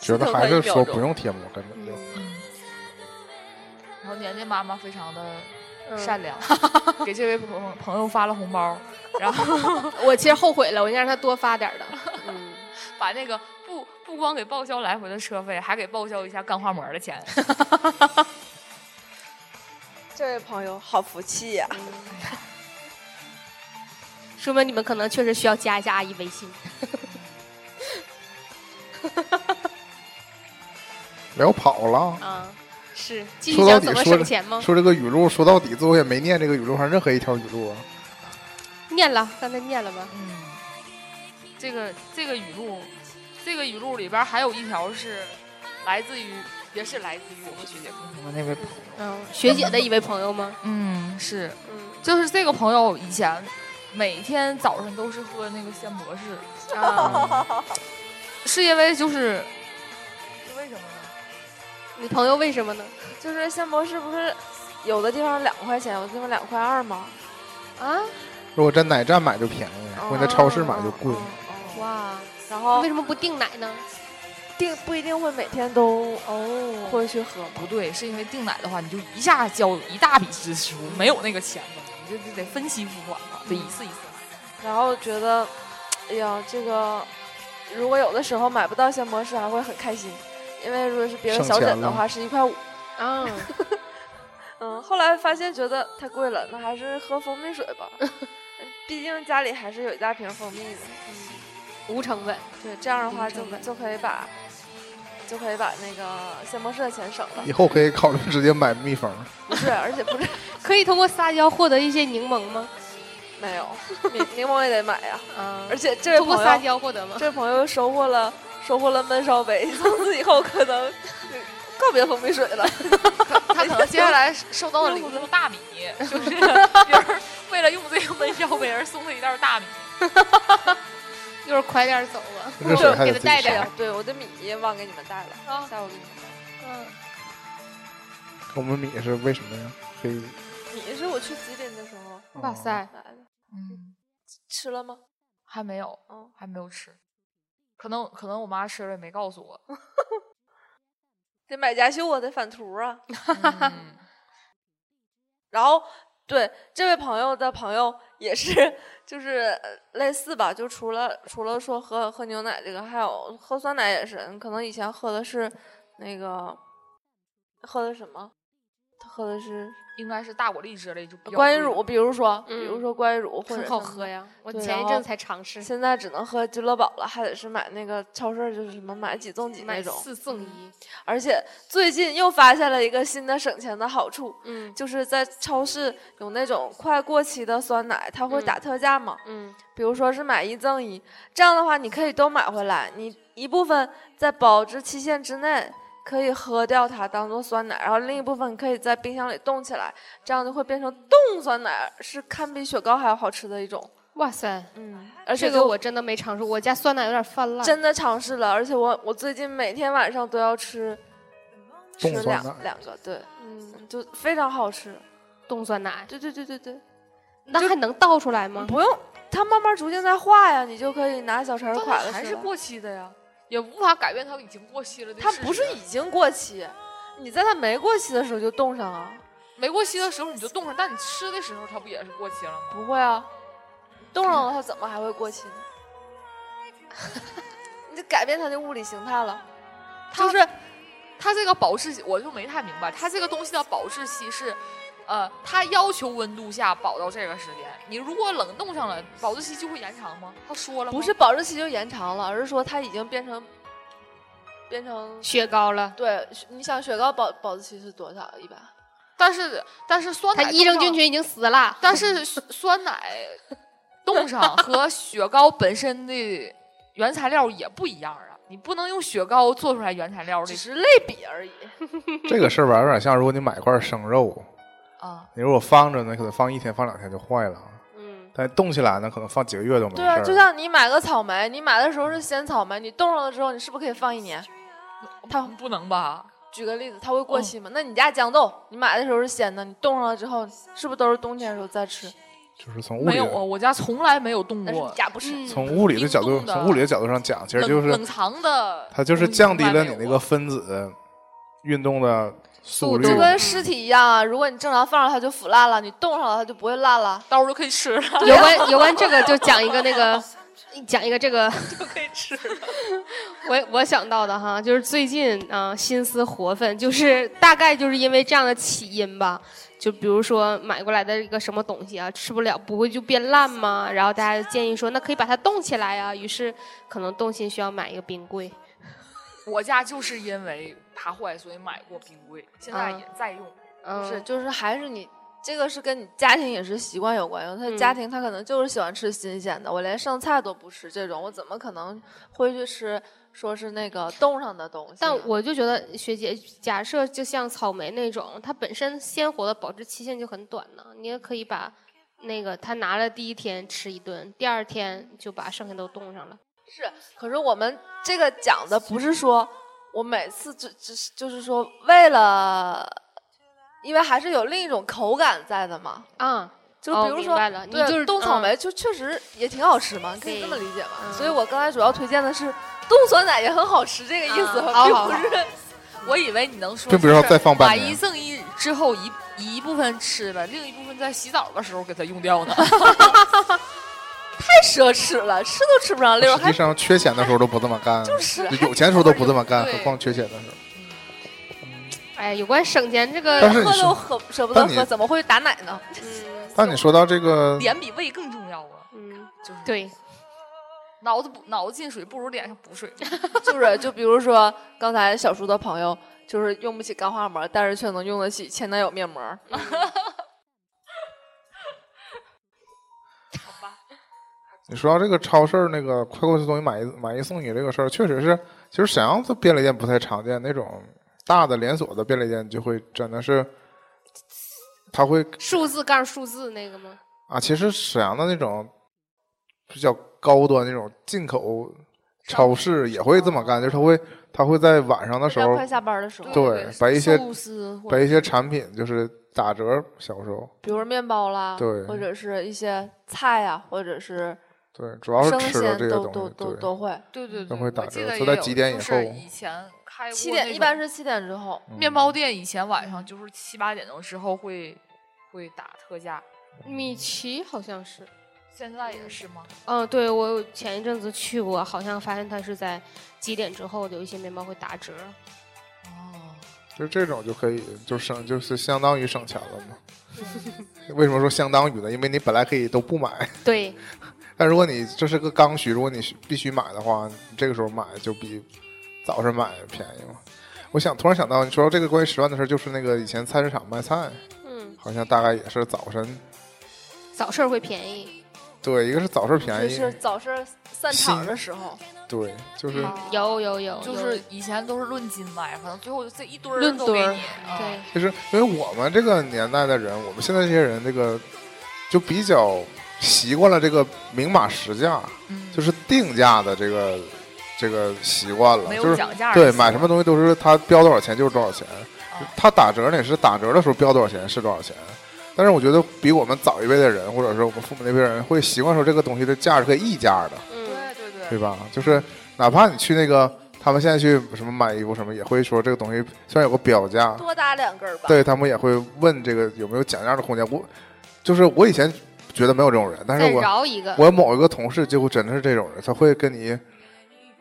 觉得还是说不用贴膜，根本嗯就嗯然后年年妈妈非常的嗯 善良，给这位朋友朋友发了红包，然后我其实后悔了，我应该让他多发点儿的。嗯，把那个不不光给报销来回的车费，还给报销一下钢化膜的钱。这位朋友好福气呀、说明你们可能确实需要加一下阿姨微信。聊跑了。啊，是继续说到讲底怎么说省钱吗？说这个语录，说到底，最后也没念这个语录上任何一条语录啊。念了，刚才念了吗？嗯，这个这个语录，这个语录里边还有一条是来自于，也是来自于我们学姐共同的那位朋友。嗯，学姐的一位朋友吗？嗯，是，嗯就是这个朋友以前每天早上都是喝那个鲜博士，啊，是因为就是是为什么呢？你朋友为什么呢？就是现博士不是有的地方两块钱，有的地方两块二吗？ 啊，如果在奶站买就便哦宜，或者在超市买就贵。哇，然后为什么不订奶呢？定不一定会每天都哦，会去喝吗？不对，是因为订奶的话，你就一下交一大笔支出，没有那个钱了，你就就得分期付款嘛，得一次一次买。然后觉得，哎呀，这个如果有的时候买不到现博士，还会很开心，因为如果是别的省小钱枕的了话是一块五。啊， 嗯，后来发现觉得太贵了，那还是喝蜂蜜水 吧，毕竟家里还是有一大瓶蜂蜜的。嗯无成本。对，这样的话零就成本就可以把就可以把那个现博士的钱省了 以，后可以考虑直接买蜜蜂，不是，而且不是可以通过撒娇获得一些柠檬吗？没有，柠柠檬也得买呀。啊而，且这位通过朋撒友，娇获得吗？这位朋友收获了收获了闷烧杯，从此以后可能就告别蜂蜜水了。 他可能接下 来收到的礼物是大米， 就是别人为了用这个闷烧杯而送他一袋大 米。一会儿快点走吧，热水还给得他自带己着烧呀。对，我的米忘给你们带了，啊下午给你们带。嗯，我们米是为什么呀？可以，米是我去吉林的时候哇塞，买的，嗯，吃了吗？还没有，嗯，还没有吃，可能可能我妈吃了也没告诉 我。得买家秀啊，得返图啊。嗯然后对这位朋友的朋友也是，就是呃类似吧，就除了除了说喝喝牛奶这个，还有喝酸奶也是，你可能以前喝的是那个喝的什么？他喝的是应该是大果粒之类就比较关于贵乳，比如说，嗯比如说关于乳或者很什好么喝。呀，我对前一然阵后才尝试，现在只能喝君乐宝了，还得是买那个超市，就是什么买几赠几那买种。四赠一。而且最近又发现了一个新的省钱的好处，嗯就是在超市有那种快过期的酸奶，它会嗯打特价嘛。嗯，比如说是买一赠一，这样的话你可以都买回来，你一部分在保质期限之内可以喝掉它当做酸奶，然后另一部分可以在冰箱里冻起来，这样就会变成冻酸奶，是堪比雪糕还要好吃的一种。哇塞，嗯，而且这个就我真的没尝试，我家酸奶有点泛滥。真的尝试了，而且我我最近每天晚上都要吃吃冻酸奶两两个，对，嗯，就非常好吃。冻酸奶，对对对对对，那还能倒出来吗？不用，它慢慢逐渐在化呀，你就可以拿小匙儿但垮它了还吃是了过期的呀，也无法改变它已经过期了的事它实。不是已经过期，你在它没过期的时候就冻上啊？没过期的时候你就冻上，但你吃的时候它不也是过期了吗？不会啊，冻上了它怎么还会过期呢？ 你得改变它的物理形态了，它就是它这个保质期我就没太明白，它这个东西的保质期是，呃，它要求温度下保到这个时间，你如果冷冻上了，保质期就会延长吗？他说了吗不是保质期就延长了，而是说它已经变成变成雪糕了，对，你想雪糕保保质期是多少？一般但是但是酸奶它益生冻上菌群已经死了。但是酸奶冻 上和雪糕本身的原材料也不一样啊，你不能用雪糕做出来原材料的只是类比而已。这个事儿吧，有点像如果你买一块生肉，啊。你如果放着呢，可能放一天、放两天就坏了，嗯，但冻起来呢，可能放几个月都没事对啊，儿。就像你买个草莓，你买的时候是鲜草莓，你冻上了之后，你是不是可以放一年？它不能吧？举个例子，它会嗯过期吗？那你家豇豆，你买的时候是鲜的，你冻上了之后，是不是都是冬天的时候再吃？就是从物没理有啊，我家从来没有冻但是你过。家不吃，嗯从物理的角度，冰冻的从物理的角度上讲，其实冷就是冷藏的，它就是降低了你 那个分子运动的速率速就度。跟尸体一样啊。如果你正常放上它就腐烂了，你冻上了它就不会烂了。刀就可以吃 了，有关有关这个就讲一个那 个，讲一个这个，就可以吃了。 我我想到的哈，就是最近啊、心思活泛，就是大概就是因为这样的起因吧。就比如说买过来的一个什么东西啊，吃不了不会就变烂吗？然后大家就建议说，那可以把它冻起来啊。于是可能动心需要买一个冰柜。我家就是因为怕坏，所以买过冰柜，现在嗯也在用。嗯，是，就是还是你这个是跟你家庭饮食习惯有关。有的嗯家庭他可能就是喜欢吃新鲜的，我连剩菜都不吃这种，我怎么可能会去吃说是那个冻上的东西呢？啊但我就觉得学姐，假设就像草莓那种，它本身鲜活的保质期限就很短呢，你也可以把那个它拿了第一天吃一顿，第二天就把剩下都冻上了。是，可是我们这个讲的不是说我每次只只是就是说为了，因为还是有另一种口感在的嘛。啊，就哦比如明说，白了你对就是冻草嗯莓，就确实也挺好吃嘛，你可以对这么理解嘛。嗯所以我刚才主要推荐的是冻酸奶也很好吃，这个意思，嗯好并好不好是我以为你能说真不知道就是再放半把年一赠一之后一一部分吃了，另一部分在洗澡的时候给它用掉呢。太奢侈了，吃都吃不上溜儿，实际还上缺钱的时候都不这么干，就是有钱的时候都不这么干，对何况缺钱的时候。哎，有关省钱这个，但是你喝都说，喝舍不得但你喝，怎么会打奶呢？ 嗯当你说到这个，脸比胃更重要啊，嗯，就是对，脑子不脑子进水不如脸上补水。就是就比如说刚才小叔的朋友，就是用不起钢化膜，但是却能用得起前男友面膜。你说到这个超市儿那个快过去东西买一买一送一这个事儿，确实是，其实沈阳的便利店不太常见，那种大的连锁的便利店就会真的是，他会数字杠数字那个吗？啊，其实沈阳的那种比较高端那种进口超市也会这么干，就是他会他会在晚上的时大家候快，下班的时候，对，把一些寿司或把者一些产品就是打折销售，比如说面包啦，对或者是一些菜呀、或者是对，主要是生吃的鲜这个都都东西，都对，都会。对对都对，会打我记折得就也在有几点以就是后以前开过七点那一般种是七点之后，嗯面包店以前晚上就是七八点钟之后会会打特价，米奇好像是，现在也是吗？嗯，对我前一阵子去过，好像发现它是在几点之后有一些面包会打折。哦，就这种就可以就省就是相当于省钱了嘛。嗯 为什么说相当于呢？因为你本来可以都不买，对，但如果你这是个刚需，如果你需必须买的话，你这个时候买就比早上买便宜嘛。我想突然想到，你说到这个关于十万的事儿，就是那个以前菜市场卖菜，嗯，好像大概也是早晨，早市儿会便宜，对，一个是早市就便宜，啊是早市散场的时候，对，就是嗯有有有，就有是以前都是论斤卖，反正最后就这一堆儿论都给堆儿你。啊对，其实因为我们这个年代的人，我们现在这些人，这个就比较习惯了这个明码实价，嗯，就是定价的这个这个习惯了，没就有是讲价儿对的习惯买什么东西都是他标多少钱就是多少钱，啊他打折呢也是打折的时候标多少钱是多少钱。但是我觉得比我们早一辈的人，或者是我们父母那辈人，会习惯说这个东西的价是可以议价的，嗯，对对对对吧？就是哪怕你去那个他们现在去什么买衣服什么，也会说这个东西虽然有个标价，多搭两根儿吧。对他们也会问这个有没有讲价的空间。我就是我以前觉得没有这种人，但再是我饶一个，我某一个同事就真的是这种人，他会跟你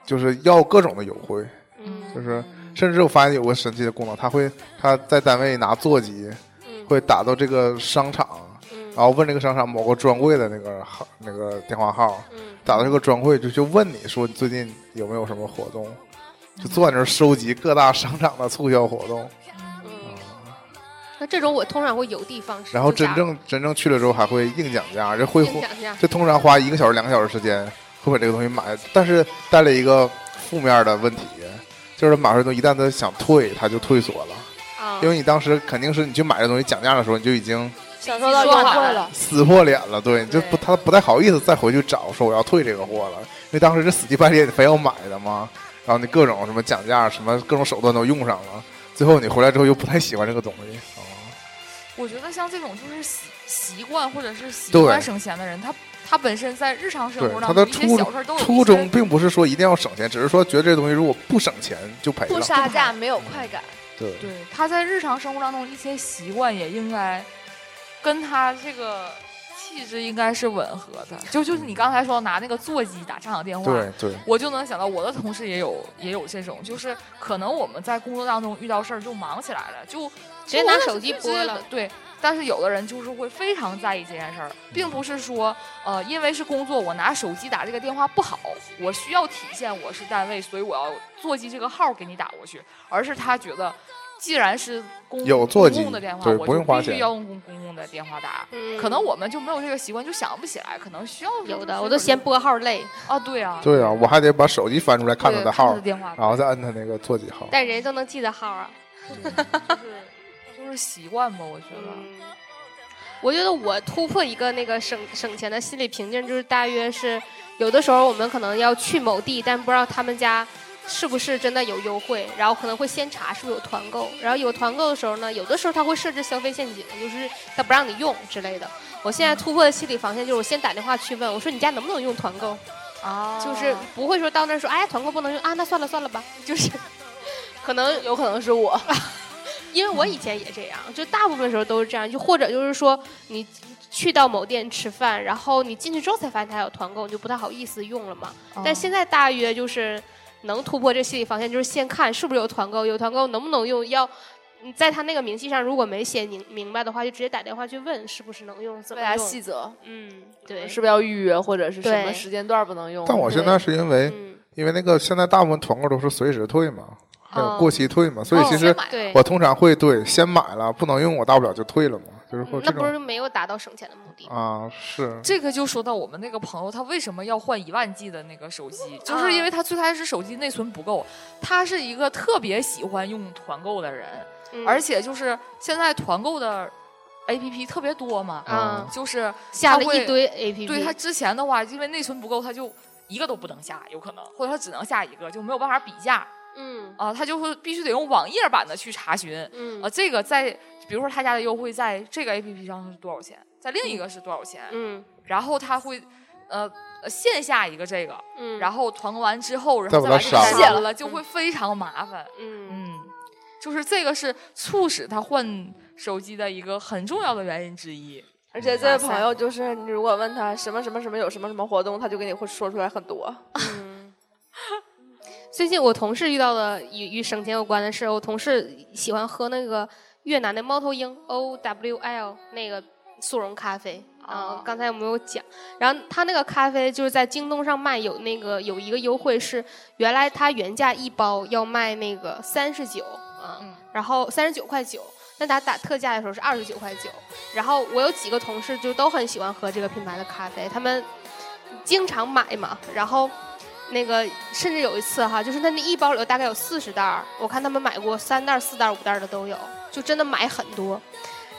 就是要各种的优惠，嗯就是甚至我发现有个神奇的功能，他会他在单位拿座机嗯会打到这个商场，嗯然后问这个商场某个专柜的那个号那个电话号，嗯，打到这个专柜就就问你说你最近有没有什么活动，就坐在那儿收集各大商场的促销活动。嗯，那这种我通常会有的放矢，然后就真打正真正去了之后还会硬讲价，这会硬讲价，这通常花一个小时两个小时时间会把这个东西买，但是带了一个负面的问题，就是马上东一旦他想退，他就退缩了，啊因，为你当时肯定是你去买这东西讲价的时候，你就已经享受到优说好惠了了，撕破脸了，对，你就不对他不太好意思再回去找说我要退这个货了，因为当时是死乞白赖你非要买的嘛，然后你各种什么讲价，什么各种手段都用上了，最后你回来之后又不太喜欢这个东西，哦我觉得像这种就是习习惯或者是习对惯省钱的人，他他本身在日常生对活他当的中一些初小事儿都有一初些衷并不是说一定要省钱，只是说觉得这东西如果不省钱就赔不了。杀价没有快感。对，对，他在日常生活当中一些习惯也应该跟他这个气质应该是吻合的。就就是你刚才说拿那个座机打商场电话，对对，我就能想到我的同事也有也有这种，就是可能我们在工作当中遇到事儿就忙起来了，就直接就拿无论手是机直拨接了对。但是有的人就是会非常在意这件事儿，并不是说，呃，因为是工作，我拿手机打这个电话不好，我需要体现我是单位，所以我要座机这个号给你打过去，而是他觉得，既然是公有座机公共的电话，对我不用就花必须钱要用公公共的电话打。嗯可能我们就没有这个习惯，就想不起来，可能需要有的我都嫌拨号累，啊，对啊， 对啊，我还得把手机翻出来看他对的号，电话然后再按他那个座机号。但人都能记得号啊。就是习惯吧，我觉得。嗯，我觉得我突破一个那个省省钱的心理瓶颈，就是大约是有的时候我们可能要去某地，但不知道他们家是不是真的有优惠，然后可能会先查是不是有团购，然后有团购的时候呢，有的时候他会设置消费陷阱，就是他不让你用之类的。我现在突破的心理防线就是我先打电话去问，我说你家能不能用团购，啊就是不会说到那儿说哎团购不能用啊，那算了算了吧，就是 可能有可能是 我，因为我以前也这样，就大部分时候都是这样，就或者就是说你去到某店吃饭，然后你进去之后才发现它有团购，你就不太好意思用了嘛。但现在大约就是能突破这心理防线，就是先看是不是有团购，有团购能不能用，要你在他那个明细上如果没写明明白的话，就直接打电话去问是不是能用，怎未么来用。细则嗯，对，是不是要预约或者是什么对时间段不能用？但我现在是因为嗯，因为那个现在大部分团购都是随时退嘛，还有哦过期退嘛，所以哦其先实买对，我通常会对先买了，不能用我大不了就退了嘛，就是会嗯这那不种是没有达到省钱的目的。啊是这个就说到我们那个朋友，他为什么要换一万 G 的那个手嗯机，就是因为他最开始手机内存不够。他是一个特别喜欢用团购的人，嗯而且就是现在团购的 APP 特别多嘛，啊，就是下了他会一堆 A P P，对他之前的话，因为内存不够，他就一个都不能下，有可能，或者他只能下一个，就没有办法比价嗯啊、他就会必须得用网页版的去查询。嗯呃，这个在比如说他家的优惠在这个 APP 上是多少钱，在另一个是多少钱，嗯然后他会呃呃线下一个这个，嗯，然后团购完之后，然再后把把它这删个了删了，就会非常麻烦。嗯。嗯，就是这个是促使他换手机的一个很重要的原因之一。而且这位朋友就是你如果问他什么什么什么有什么什么活动，他就给你会说出来很多。嗯，最近我同事遇到了与与省钱有关的事，我同事喜欢喝那个越南的猫头鹰 O W L 那个速溶咖啡。啊、哦刚才有没有讲？然后他那个咖啡就是在京东上卖，有那个有一个优惠是，原来它原价一包要卖那个三十九，啊，嗯然后三十九块九，那打打特价的时候是二十九块九。然后我有几个同事就都很喜欢喝这个品牌的咖啡，他们经常买嘛，然后那个甚至有一次哈，就是他那一包里头大概有四十袋儿，我看他们买过三袋儿、四袋儿、五袋儿的都有，就真的买很多。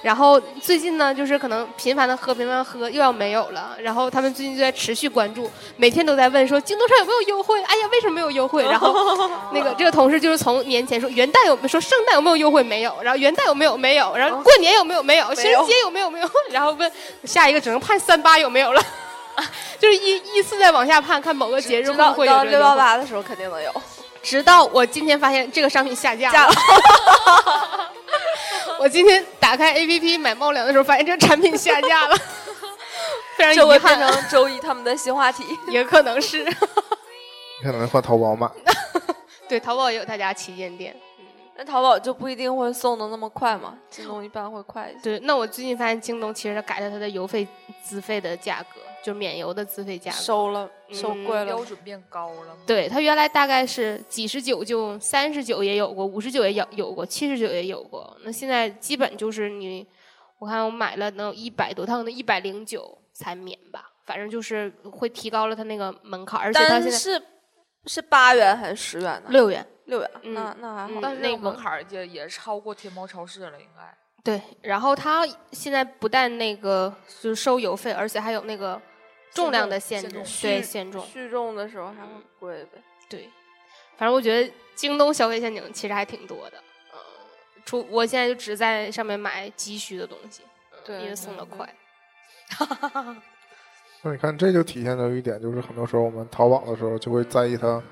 然后最近呢，就是可能频繁的喝，频繁地喝，又要没有了。然后他们最近就在持续关注，每天都在问说京东上有没有优惠？哎呀，为什么没有优惠？然后 那个这个同事就是从年前说元旦有说圣诞有没有优惠没有，然后元旦有没有没有，然后过年有没有没有，情人节有没有没有，然后问下一个只能盼三八有没有了，就是依依次在往下盼，看某个节日知会不道会知有道这六个八优惠。八的时候肯定能有。直到我今天发现这个商品下架下了。 我今天打开 APP 买猫粮的时候，发现这个产品下 架了，非这常遗会变憾，成周一他们的新话题。也可能 是你可能换淘宝买，对淘宝也有他家旗舰店。那淘宝就不一定会送的那么快嘛，京东一般会快一些。对，那我最近发现京东其实它改了它的邮费资费的价格，就免邮的资费价格。收了，收贵了标，准变高了吗？对，它原来大概是几十九就三十九也有过，五十九也有有过，七十九也有过。那现在基本就是你，我看我买了能有一百多，它可能一百零九才免吧，反正就是会提高了它那个门槛，而且它但现在是是八元还是十元呢？六元。六元，嗯那那还好嗯。但是那这个个门槛儿也也超过天猫超市了，应该。对，然后它现在不但那个就是收邮费，而且还有那个重量的限限制对重，嗯续限重，续重的时候还会贵呗。对。反正我觉得京东消费陷阱其实还挺多的，嗯、除我现在就只在上面买急需的东西，嗯对因为送的嗯嗯快，那你看这就体现了一点，就是很多时候我们淘宝的时候就会在意它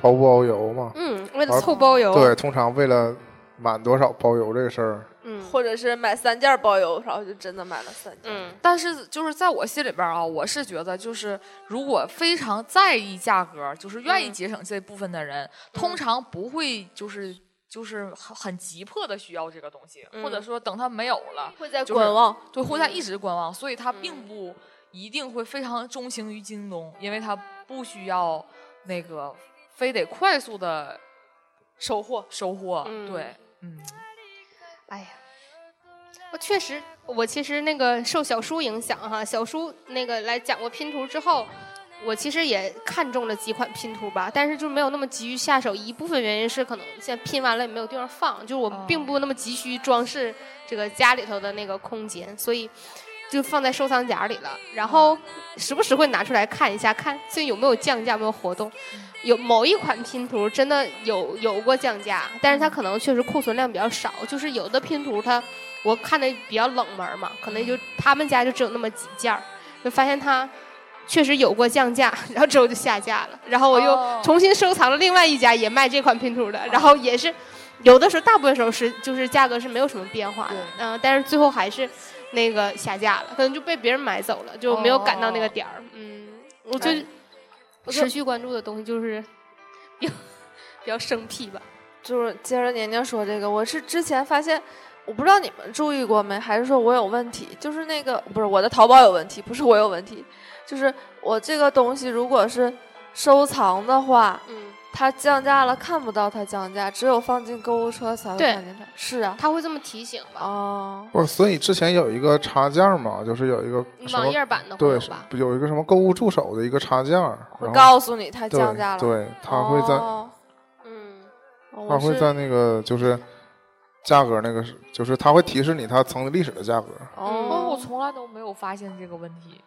包不包邮嘛，嗯，啊为了而凑包邮，对，，通常为了满多少包邮这个事儿，嗯或者是买三件包邮，然后就真的买了三件。嗯但是就是在我心里边儿啊，我是觉得就是如果非常在意价格，就是愿意嗯节省这部分的人，通常不会就是就是很很急迫的需要这个东西，或者嗯说等他没有了，会在就是观望，对，会他一直观望，所以他嗯并不一定会非常钟情于京东，因为他不需要那个非得快速的收获。收获。嗯对，嗯，哎呀，我确实，我其实那个受小叔影响哈，小叔那个来讲过拼图之后，我其实也看中了几款拼图吧，但是就没有那么急于下手。一部分原因是可能现在拼完了也没有地方放，就是我哦并不那么急需装饰这个家里头的那个空间，所以就放在收藏夹里了，然后时不时会拿出来看一下，看最近有没有降价，有没有活动。有某一款拼图真的有有过降价，但是它可能确实库存量比较少，就是有的拼图它我看的比较冷门嘛，可能就他们家就只有那么几件儿，就发现它确实有过降价，然后之后就下架了，然后我又哦重新收藏了另外一家也卖这款拼图的，然后也是有的时候大部分时候是就是价格是没有什么变化的对，嗯、但是最后还是那个下架了，可能就被别人买走了，就没有赶到那个哦点儿，嗯，我就哎我就持续关注的东西就是比较 比较生僻吧，就是接着年年说这个，我是之前发现，我不知道你们注意过没，还是说我有问题？就是那个不是我的淘宝有问题，不是我有问题，就是我这个东西如果是收藏的话，嗯，它降价了看不到它降价，只有放进购物车才会对看见它。是啊，他会这么提醒吧？哦，不是，所以之前有一个插件嘛，就是有一个什网么页版的会对有吧？，有一个什么购物助手的一个插件，然会后告诉你它对降价了。对，它会在哦嗯，它我会是哦在那个就是价格那个是，就是它会提示你它曾历史的价格，哦，我哦，从来都没有发现这个问题。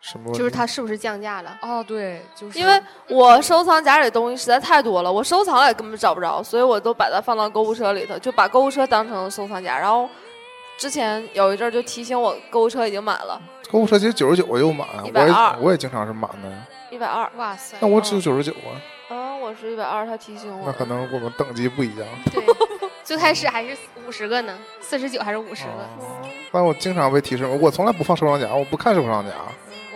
什么问就是题它是不是降价了？哦，对，就是因为我收藏夹里的东西实在太多了，我收藏了也根本找不着，所以我都把它放到购物车里头，就把购物车当成收藏夹。然后之前有一阵儿就提醒我购物车已经满了，购物车其实九十九就满，我120也我也经常是满的，一百二。哇塞！那我只有九十九啊，嗯，我是一百二，他提醒那我。可能我们等级不一样。 对，最开始还是五十个呢，四十九还是五十个？哦但我经常被提示，我从来不放收藏夹，我不看收藏夹。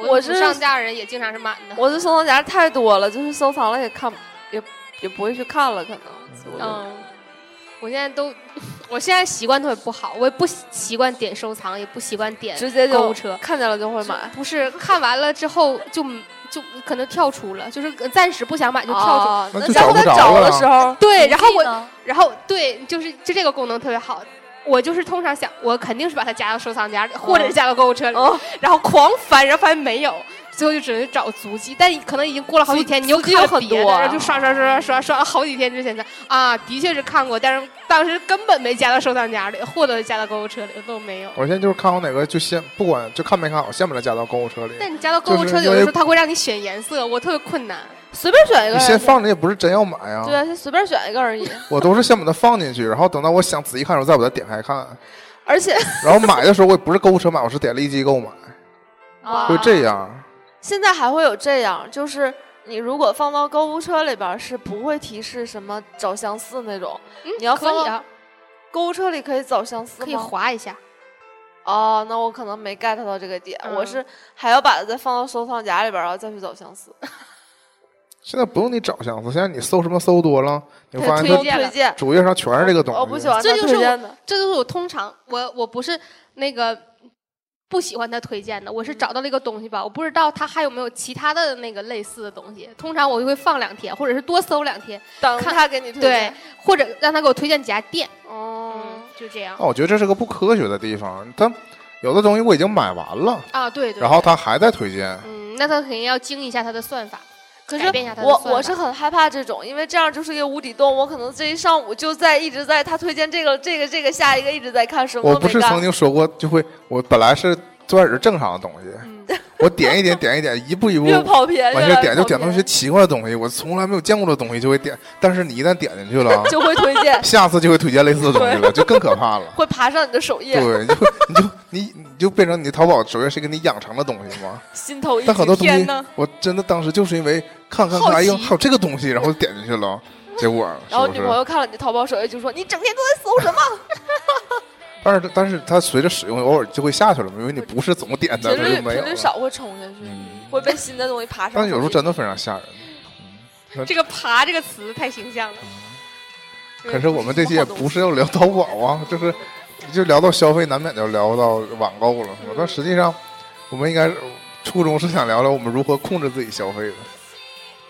我不是上架人也经常是满的。我的收藏夹太多了，就是收藏了也看，也也不会去看了，可能。我就嗯，我现在都， 我现在习惯特别不好，我也不习习惯点收藏，也不习惯点嗯直接就购物车看见了就会买。不是看完了之后就就可能跳出了，就是呃暂时不想买就跳出。哦那那就然找后不他着找了的时候，对，然后笔记我，呢然后对，就是就这个功能特别好。我就是通常想，我肯定是把它加到收藏夹里，或者是加到购物车里，哦 然后狂翻，然后发现没有，最后就只能找足迹。但可能已经过了好几天，你又足迹看了有很别的多啊然后就刷刷刷刷刷刷了好几天之前的啊，的确是看过，但是当时根本没加到收藏夹里，或者是加到购物车里都 没有。我现在就是看好哪个就先不管，就看没看好，先把它加到购物车里。但你加到购物车就是里，因有为的时候它会让你选颜色，我特别困难。随便选一个你人。先放着也不是真要买啊，对，先随便选一个而已。 我都是先把它放进去，然后等到我想仔细看的时候再把它点开看。而且然后买的时候我也不是购物车买，我是点立即购买，啊会这样。现在还会有这样，就是你如果放到购物车里边儿是不会提示什么找相似那种，嗯你要可放以啊，购物车里可以找相似可以吗？划一下。哦，那我可能没 get 到这个点，我嗯是还要把它再放到收藏夹里边儿，然后再去找相似。现在不用你找相似，现在你搜什么搜多了，你会发现推它荐了推荐，主页上全是这个东西。我不喜欢这它就是推我荐的。这就是我通常我我不是那个不喜欢他推荐的，我是找到了一个东西吧，我不知道他还有没有其他的那个类似的东西。通常我就会放两天，或者是多搜两天，等看他给你推对荐。，或者让他给我推荐几家店，哦嗯，，就这样那我觉得这是个不科学的地方。它有的东西我已经买完了，啊，对对。然后它还在推荐，嗯，那他肯定要精一下他的算法，哎可改是变一下他的我算法。我是很害怕这种，因为这样就是一个无底洞。我可能这一上午就在一直在他推荐这个这个这个下一个一直在看，什么我都不没是干曾。经说过，就会我本来是最开始是正常的东西，我点一点点一点，一步一 步越嗯跑偏，越完来事越点跑就点到一偏些奇怪的东西，我从来没有见过的东西就会点，但是你一旦点进去了 ，就会推荐，下次就会推荐类似的东西了，就更可怕 了。会爬上你的首页，对，就你就你你就变成你淘宝首页是给你养成的东西嘛。心头一但很多紧。东天西呐，我真的当时就是因为看看好看，哎 呦，奇还有这个东西，然后点进去 了，结果是然后不女是？朋友看了你的淘宝首页就说：“你整天都在搜 什么但是但是它随着使用偶尔就会下去了，因为你不是总点？”的，频它就率没有频率了。少会冲下去，嗯，会被新的东西爬上。但有时候真的非常吓人。这个“爬”这个词太形象了。可是我们这期也不是要聊淘宝啊，就是就聊到消费，难免就聊到网购了，是吧？但实际上，我们应该是初衷是想聊聊我们如何控制自己消费的，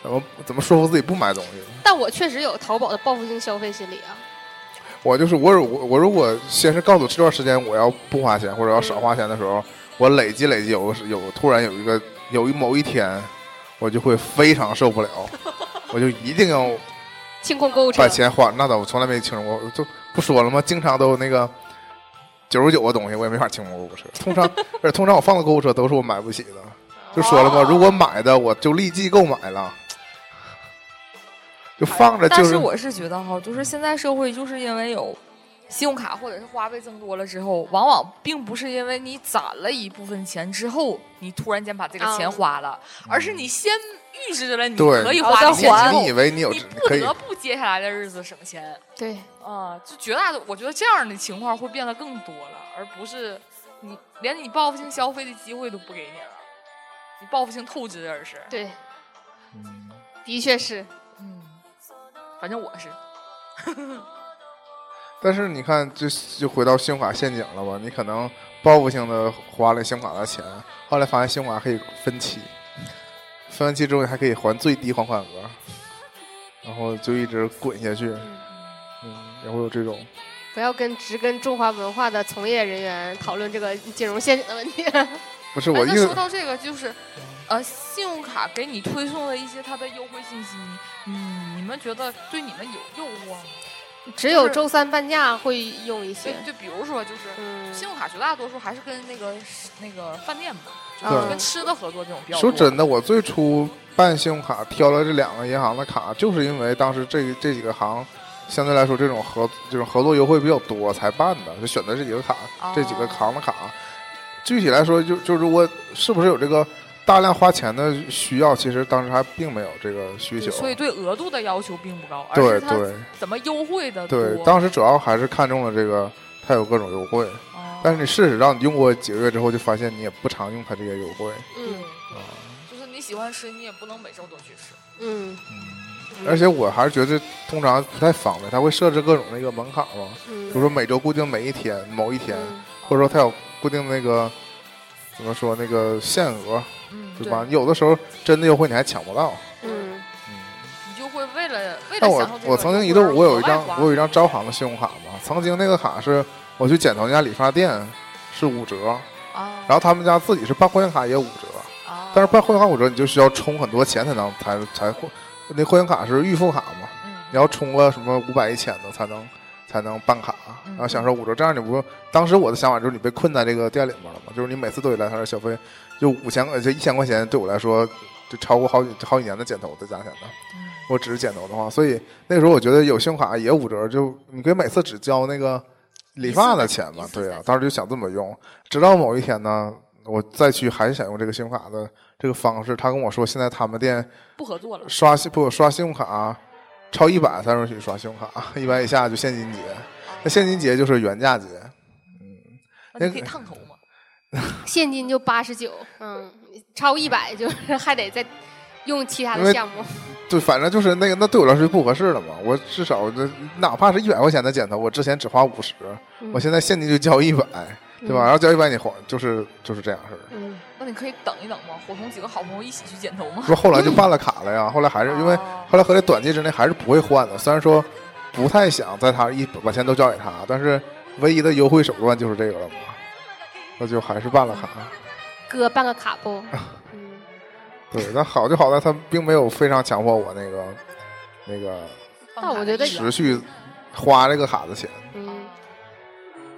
怎么怎么说服自己不买东西的。但我确实有淘宝的报复性消费心理啊。我就是我有我我如果先是告诉这段时间我要不花钱或者要少花钱的时候，我累积累积有个时有突然有一个有一某一天，我就会非常受不了，我就一定要清空购物车把，钱花，那倒我从来没清楚过，就不说了吗？经常都那个九十九的东西我也没法清空购 物车。通常，而且通常我放的购物车都是我买不起的，就说了哦嘛，如果买的我就立即购买了，就放着呃就但是我是觉得哈，就是现在社会就是因为有信用卡或者是花呗增多了之后，往往并不是因为你攒了一部分钱之后，你突然间把这个钱嗯花了，而是你先预支了你对可以然后花的再钱之还后你，以为你有你你不可以得不接下来的日子省钱对，啊、就绝大多我觉得这样的情况会变得更多了，而不是你连你报复性消费的机会都不给你了，你报复性透支而是，对，嗯的确是，嗯，反正我是，但是你看，就就回到信用卡陷阱了吧？你可能报复性的花了信用卡的钱，后来发现信用卡可以分期，分完期之后你还可以还最低还款额，然后就一直滚下去，嗯，也会有这种。不要跟只跟中华文化的从业人员讨论这个金融陷阱的问 题。不是哎我意那思说，哦到这个，就是，呃，信用卡给你推送了一些它的优惠信息，嗯，你们觉得对你们有诱惑吗？只有周三半价会用一些对，，就比如说，就是嗯，信用卡绝大多数还是跟那个那个饭店嘛，就对是跟吃的合作这种比较多。说真的，我最初办信用卡挑了这两个银行的卡，就是因为当时这这几个行相对来说这种合这种合作优惠比较多才办的，就选择这几个卡，哦这几个行的卡。具体来说，就就如果是不是有这个大量花钱的需要，其实当时还并没有这个需求对，。所以对额度的要求并不高，而对是它对怎么优惠的多。对，当时主要还是看中了这个它有各种优惠，哦但是你事实上你用过几个月之后，就发现你也不常用它这些优惠。嗯就是你喜欢吃，你也不能每周都去吃。嗯而且我还是觉得通常不太方便，它会设置各种那个门槛嘛，比如嗯说每周固定每一天某一天，嗯，或者说它有固定那个怎么说那个限额，嗯，对吧？？有的时候真的优惠你还抢不到。嗯你就会为了为了但享我受这个我曾经一优惠度而我有一额外张花我有一张招行的信用卡嘛，曾经那个卡是我去剪头那家理发店是五折，啊，然后他们家自己是办会员卡也五折，啊但是办会员卡五折你就需要充很多钱才能才才会，那会员卡是预付卡嘛，嗯你要充个什么五百一千的才能才能办卡，嗯然后享受五折。这样你不用，当时我的想法就是你被困在这个店里面了嘛，就是你每次都得来他这消费，就五千块就一千块钱对我来说就超过好几好几年的剪头的价钱了。嗯我只是剪头的话，所以那个时候我觉得有信用卡也五折，就你可以每次只交那个理发的钱嘛一，次对啊一次，当时就想这么用，直到某一天呢，我再去还是想用这个信用卡的这个方式，他跟我说现在他们店不合作了。刷信不刷信用卡，啊超一百才允许刷信用卡，啊一百以下就现金结。那现金结就是原价结，那你可以那个烫头嘛？现金就八十九，嗯，超一百就是还得再用其他因的为项目。对，反正就是那个，那对我来说就不合适了嘛。我至少这哪怕是一百块钱的剪头，我之前只花五十、嗯我现在现金就交一百，对吧？然后交一百你还，就是就是这样式儿。嗯，那你可以等一等嘛，伙同几个好朋友一起去剪头 嘛。不，后来就办了卡了呀。后来还是因为哦后来合计短期之内还是不会换的，虽然说不太想在他一把钱都交给他，但是唯一的优惠手段就是这个了嘛。那就还是办了卡。哥办个卡不？啊嗯，对，但好就好在他并没有非常强迫我那个那个放但卡我觉得一样持续花这个卡的钱。嗯，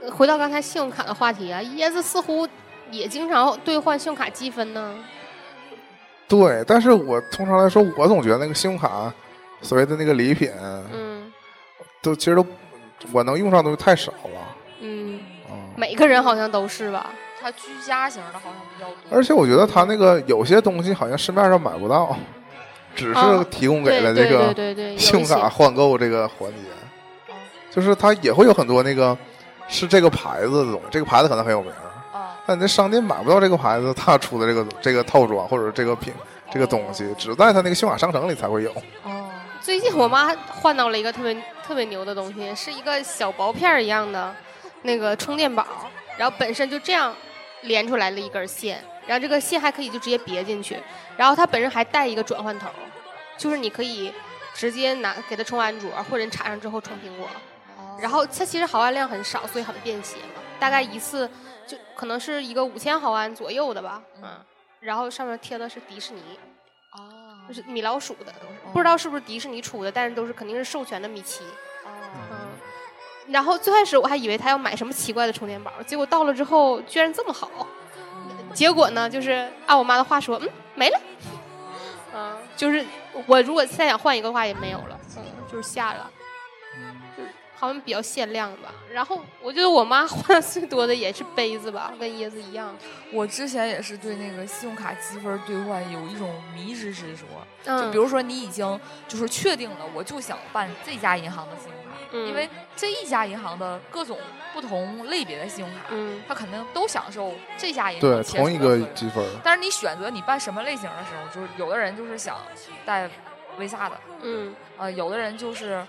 呃回到刚才信用卡的话题啊，椰子似乎也经常兑换信用卡积分呢。对，但是我通常来说，我总觉得那个信用卡所谓的那个礼品，嗯都其实都我能用上的东西太少了。嗯，嗯，每个人好像都是吧？它居家型的好像比较多，而且我觉得他那个有些东西好像市面上买不到，只啊是提供给对了对这对个对对，有一信用卡些换购这个环节，就是它也会有很多那个是这个牌子的东西，这个牌子可能很有名。啊，但你这商店买不到这个牌子，它出的这个这个套装或者这个品这个东西，只在它那个信用卡商城里才会有。哦，最近我妈换到了一个特别特别牛的东西，是一个小薄片儿一样的那个充电宝，然后本身就这样连出来了一根线，然后这个线还可以就直接别进去，然后它本身还带一个转换头，就是你可以直接拿给它充安卓，或者你插上之后充苹果。然后它其实毫安量很少，所以很便携嘛，大概一次就可能是一个五千毫安左右的吧，嗯，然后上面贴的是迪士尼，啊就是米老哦哦鼠的，不知道是不是迪士尼出的，但是都是肯定是授权的米奇。啊，嗯，然后最开始我还以为他要买什么奇怪的充电宝，结果到了之后居然这么好。结果呢，就是按我妈的话说，嗯，没了。嗯、就是我如果再想换一个的话也没有了，嗯，就是下了，就是好像比较限量吧。然后我觉得我妈 换的最多的也是杯子吧，跟椰子一样。我之前也是对那个信用卡积分兑换有一种迷之执着，嗯，就比如说你已经就是确定了，我就想办这家银行的信用卡，嗯因为这一家银行的各种不同类别的信用卡，嗯它肯定都享受这家银行对，切除同一的费个用积分儿，但是你选择你办什么类型的时候，就是有的人就是想带 Visa 的，嗯呃，有的人就是，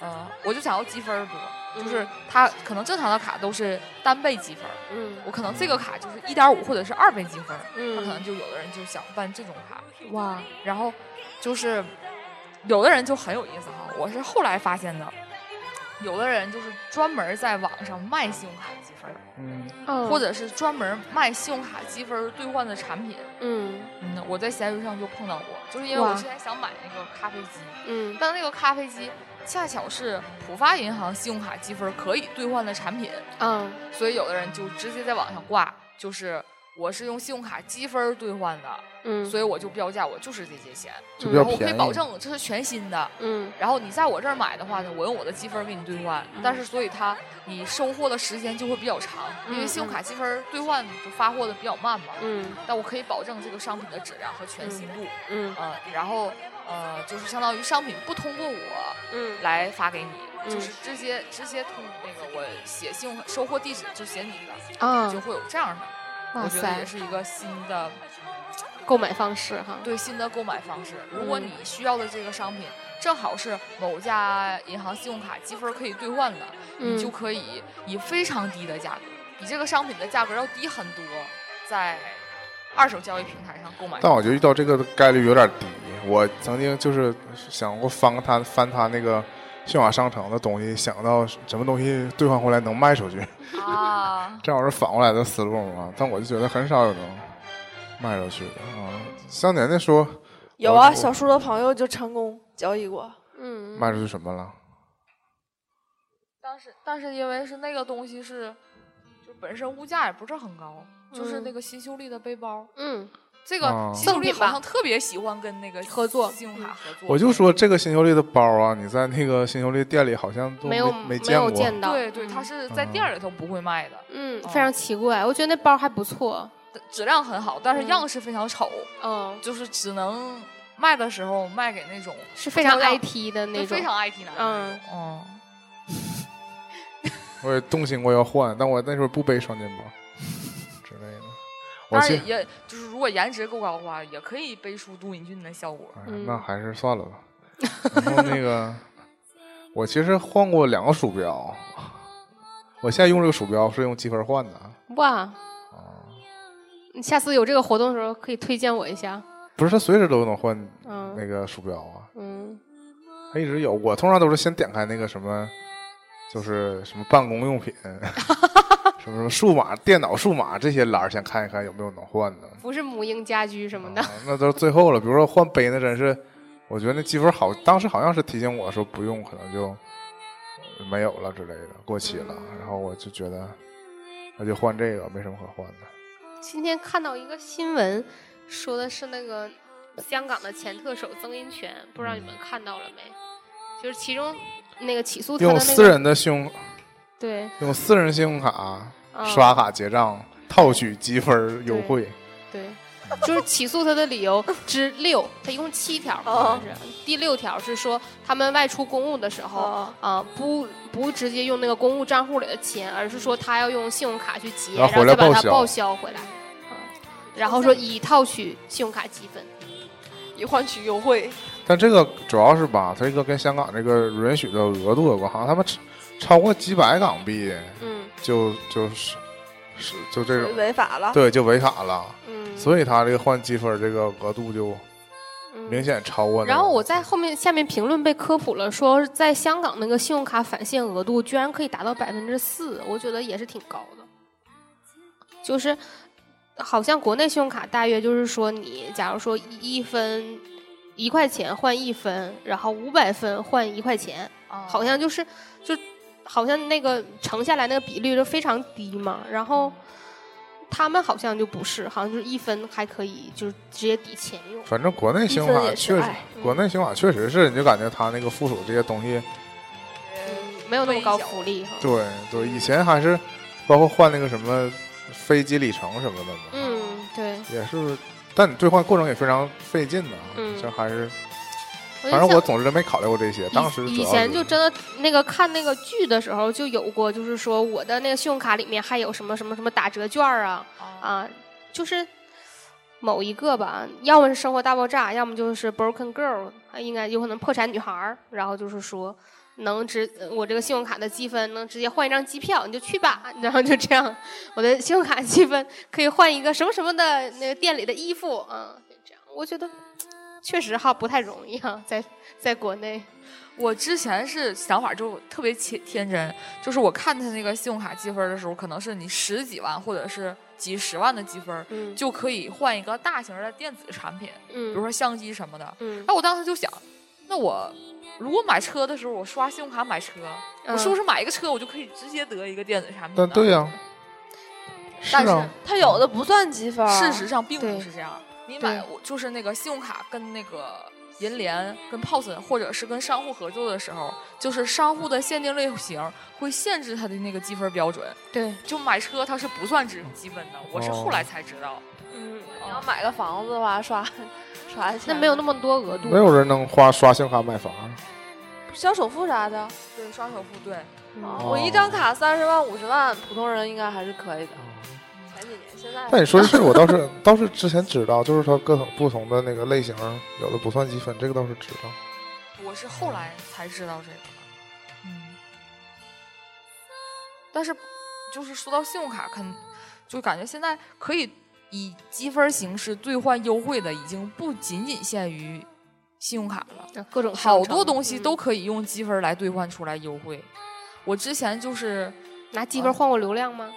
呃，我就想要积分儿多，就是他可能正常的卡都是单倍积分儿，嗯我可能这个卡就是一点五或者是二倍积分儿，他嗯，可能就有的人就想办这种卡，哇，然后就是有的人就很有意思哈，我是后来发现的，有的人就是专门在网上卖信用卡积分儿，嗯，嗯或者是专门卖信用卡积分儿兑换的产品。嗯嗯，我在闲鱼上就碰到过，就是因为我哇之前想买那个咖啡机，嗯但那个咖啡机恰巧是浦发银行信用卡积分可以兑换的产品，嗯所以有的人就直接在网上挂，就是我是用信用卡积分兑换的，嗯，所以我就标价我就是这些钱，就嗯比较然后我可便以宜。保证这是全新的。嗯然后你在我这儿买的话呢，我用我的积分给你兑换，但是所以它你收货的时间就会比较长，因为信用卡积分兑换就发货的比较慢嘛。嗯但我可以保证这个商品的质量和全新度，嗯呃，然后呃，就是相当于商品不通过我嗯来发给你，就嗯是直接直接通那个我写信用收货地址就写你的，啊就，会有这样的，哇我觉得塞也，是一个新的购买方式哈，对新的购买方式。如果嗯你需要的这个商品正好是某家银行信用卡积分可以兑换的，你就嗯可以以非常低的价格，比这个商品的价格要低很多，在二手交易平台上购买。但我觉得遇到这个的概率有点低。我曾经就是想过翻他翻他那个信用卡商城的东西，想到什么东西兑换回来能卖出去，啊，正好是反过来的思路嘛。但我就觉得很少有能卖出去的啊。像年年说有我啊，我小叔的朋友就成功交易过，嗯卖出去什么了？但是但是因为是那个东西是，就本身物价也不是很高，就是嗯那个新秀丽的背包，嗯这个哦新秀赠丽品好吧像特别喜欢跟那个合作嗯信用卡合作。我就说这个新秀丽的包啊，你在那个新秀丽店里好像都没没有见有过。见到，对对，嗯它是哦在店儿里头不会卖的，嗯非常奇怪，我觉得那包还不哦错，质量很好，但是嗯样式非常丑，嗯就是只能卖的时候卖给那种是非常漂亮 IT 的那就种，非常 IT 男。嗯哦，我也动心过要换，但我那时候不背双肩包之类的。我当记然，也就是如果颜值够高的话，也可以背出都敏俊的效果。哎呀嗯那还是算了吧。然后那个， 我其实换过两个鼠标，我现在用这个鼠标是用积分换的。哇，啊，你下次有这个活动的时候可以推荐我一下，不是，它随时都能换嗯那个鼠标啊，嗯它一直有。我通常都是先点开那个什么，就是什么办公用品， 什么什么数码、电脑数码这些栏儿，先看一看有没有能换的。不是母婴家居什么的，啊那都是最后了。比如说换杯，那真是，我觉得那积分好，当时好像是提醒我说不用，可能就呃没有了之类的，过期了。然后我就觉得，那就换这个，没什么可换的。今天看到一个新闻，说的是那个香港的前特首曾荫权，不知道你们看到了没？就是其中那个起诉他的用那私个人的信用，对、用私人信用卡嗯、刷卡结账，套取积分优惠。对，嗯就是起诉他的理由之六，他一共七条，好像是第六条是说他们外出公务的时候，哦啊、不不直接用那个公务账户里的钱，而是说他要用信用卡去结，然然后回来再把报它销报销回来，啊然后说以套取信用卡积分，以换取优惠。但这个主要是吧，它这个跟香港这个允许的额度有关，好像他们超超过几百港币嗯就就是是就这种，违法了。对，就违法了。嗯，所以他这个换积分儿这个额度就嗯明显超过那个、然后我在后面下面评论被科普了，说在香港那个信用卡返现额度居然可以达到百分之四，我觉得也是挺高的。就是好像国内信用卡大约就是说你假如说一一分一块钱换一分，然后五百分换一块钱，啊好像就是就好像那个乘下来那个比率就非常低嘛，然后他们好像就不是，好像就是一分还可以就是直接抵钱用。反正国内刑一分法也是确实哎爱，嗯国内刑法确实是，你就感觉他那个附属这些东西，嗯没有那么高福利哈。对对，以前还是包括换那个什么飞机里程什么的嘛，，嗯，对，也是，但你兑换过程也非常费劲呐、嗯这还是，我就反正我想总是没考虑过这些，当时主以以要前是就真的那个看那个剧的时候就有过，就是说我的那个信用卡里面还有什么什么什么打折券儿啊啊，啊，就是某一个吧，要么是《生活大爆炸》，要么就是《Broken Girl》，应啊该有可能破产女孩儿。然后就是说能直呃我这个信用卡的积分能直接换一张机票，你就去吧。 然后就这样，我的信用卡积分可以换一个什么什么的那个店里的衣服啊，就这样。我觉得确实哈不太容易哈、在在国内。我之前是想法就特别天天真，就是我看他那个信用卡积分的时候，可能是你十几万或者是几十万的积分，嗯就可以换一个大型的电子产品，比如嗯说相机什么的。嗯哎，，我当时就想，那我如果买车的时候，我刷信用卡买车，嗯我是不是买一个车，我就可以直接得一个电子产品呢？但对呀、是但是啊，他有的不算积分儿，啊事实上并啊对不是这样。你买对我就是那个信用卡跟那个银联、跟 POS 或者是跟商户合作的时候，就是商户的限定类型会限制它的那个积分标准。对，就买车它是不算积积分的，我是后来才知道。嗯，你要买个房子的话，刷刷钱那没有那么多额度没。有人能花刷信用卡买房，啊交首付啥的。对，刷首付对。哦嗯我一张卡三十万、五十万，普通人应该还是可以的。前几年，现在但你说这个我倒是倒是之前知道，就是说各种不同的那个类型，有的不算积分，这个倒是知道。我是后来才知道这个的。嗯，但是就是说到信用卡，肯就感觉现在可以以积分形式兑换优惠的，已经不仅仅限于信用卡了，各种好商城多东西都嗯可以用积分来兑换出来优惠。我之前就是拿积分换过流量吗？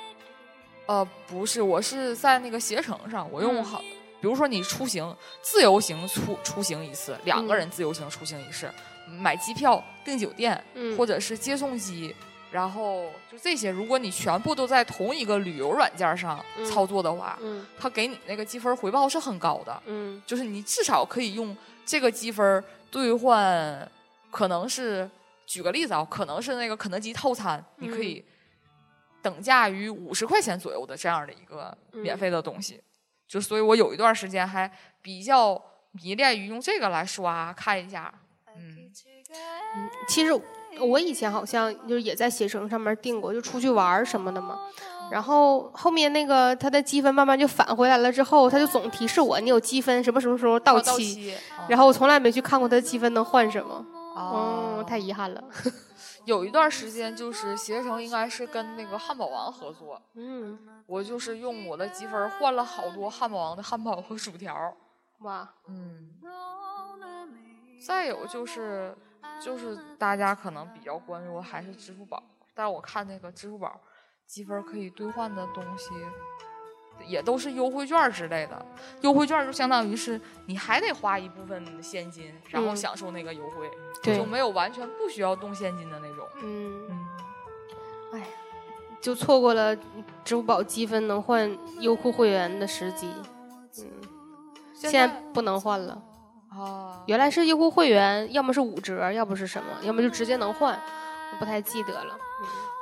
呃，不是，我是在那个携程上，我用嗯好，比如说你出行自由行出出行一次，两个嗯人自由行出行一次，买机票、订酒店，嗯，或者是接送机，然后就这些，如果你全部都在同一个旅游软件上嗯操作的话，嗯它给你那个积分回报是很高的，嗯。就是你至少可以用这个积分兑换，可能是举个例子啊，可能是那个肯德基套餐，你嗯可以等价于五十块钱左右的这样的一个免嗯费的东西，就所以我有一段时间还比较迷恋于用这个来刷看一下，哎嗯其实我以前好像就是也在携程上面订过，就出去玩儿什么的嘛。然后后面那个他的积分慢慢就返回来了，之后他就总提示我你有积分什么什么时候到哦到期，期，然后我从来没去看过他的积分能换什么，哦嗯，太遗憾了。有一段时间，就是携程应该是跟那个汉堡王合作，嗯，我就是用我的积分换了好多汉堡王的汉堡和薯条。哇，嗯，再有就是就是大家可能比较关注的还是支付宝，但我看那个支付宝积分可以兑换的东西。也都是优惠券之类的，优惠券就相当于是你还得花一部分的现金，然后嗯享受那个优惠，对就，没有完全不需要动现金的那种。嗯，哎嗯，就错过了支付宝积分能换优酷会员的时机，嗯，现在不能换了。啊，原来是优酷会员，要么是五折，要不是什么，要么就直接能换，我不太记得了。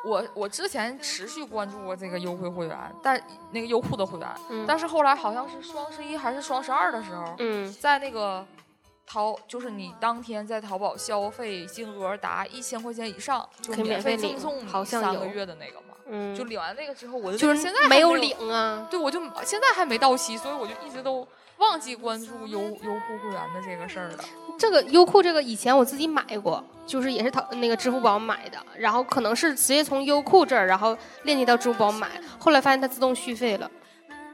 我我之前持续关注过这个优惠会员，但那个优酷的会员，嗯，但是是后来好像是双十一还是双十二的时候，嗯在那个淘，就是你当天在淘宝消费金额达一千块钱以上，就可以免费费赠领送你好像三有个月的那个嘛。嗯，就领完那个之后，我就就现是在还没有领领，啊，对我就现在还没到期，所以我就一直都忘记关注优优酷会员的这个事儿了。这个优酷这个以前我自己买过，就是也是淘那个支付宝买的，然后可能是直接从优酷这儿，然后链接到支付宝买，后来发现它自动续费了，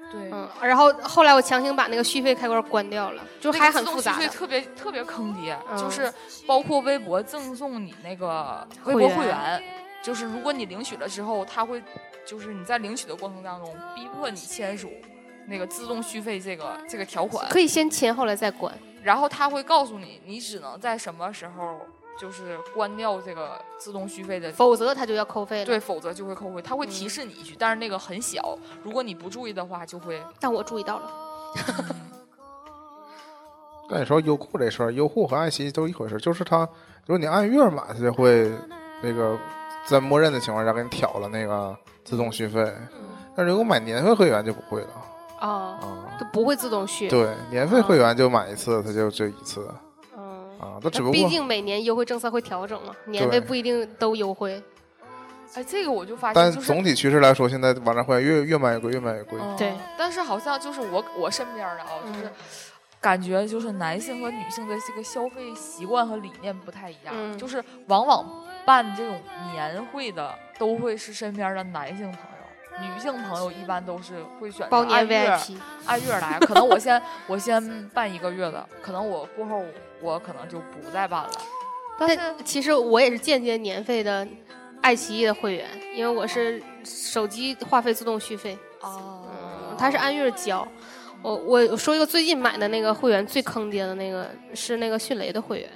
对，嗯，然后后来我强行把那个续费开关关掉了，就那还个自很动复续杂费的，特别特别坑爹，嗯就是包括微博赠送你那个微会博员会员，就是如果你领取了之后，他会就是你在领取的过程当中逼迫你签署那个自动续费这个这个条款，可以先签，后来再关，然后他会告诉你你只能在什么时候就是关掉这个自动续费的否嗯则他就要扣费了。对，，否则就会扣费，它会提示你一句，但是那个很小，如果你不注意的话，就会但我注意到了，但你说优酷这事儿，优酷和爱奇艺都一回事儿，就是它，如果你按月买，它就会那个在默认的情况下给你挑了那个自动续费。但是如果买年费会员就不会了嗯哦，啊、它不会自动续。对，年费会员就买一次，它就就一次哦嗯，啊。它只那不毕过，竟每年优惠政策会调整嘛，年对费不一定都优惠。哎，这个我就发但现就是总体趋势来说，现在网站会员越越卖越贵，越卖越贵。嗯对但是好像就是我我身边的啊，就是嗯感觉就是男性和女性的这个消费习惯和理念不太一样，嗯就是往往办这种年会的都会是身边的男性朋友，女性朋友一般都是会选择包年按月 VIP，按月来，可能我先我先办一个月的，可能我过后我可能就不再办了。但是但其实我也是间接年费的爱奇艺的会员，因为我是手机话费自动续费，哦嗯，它是按月交。我我说一个最近买的那个会员最坑爹的那个是那个迅雷的会员，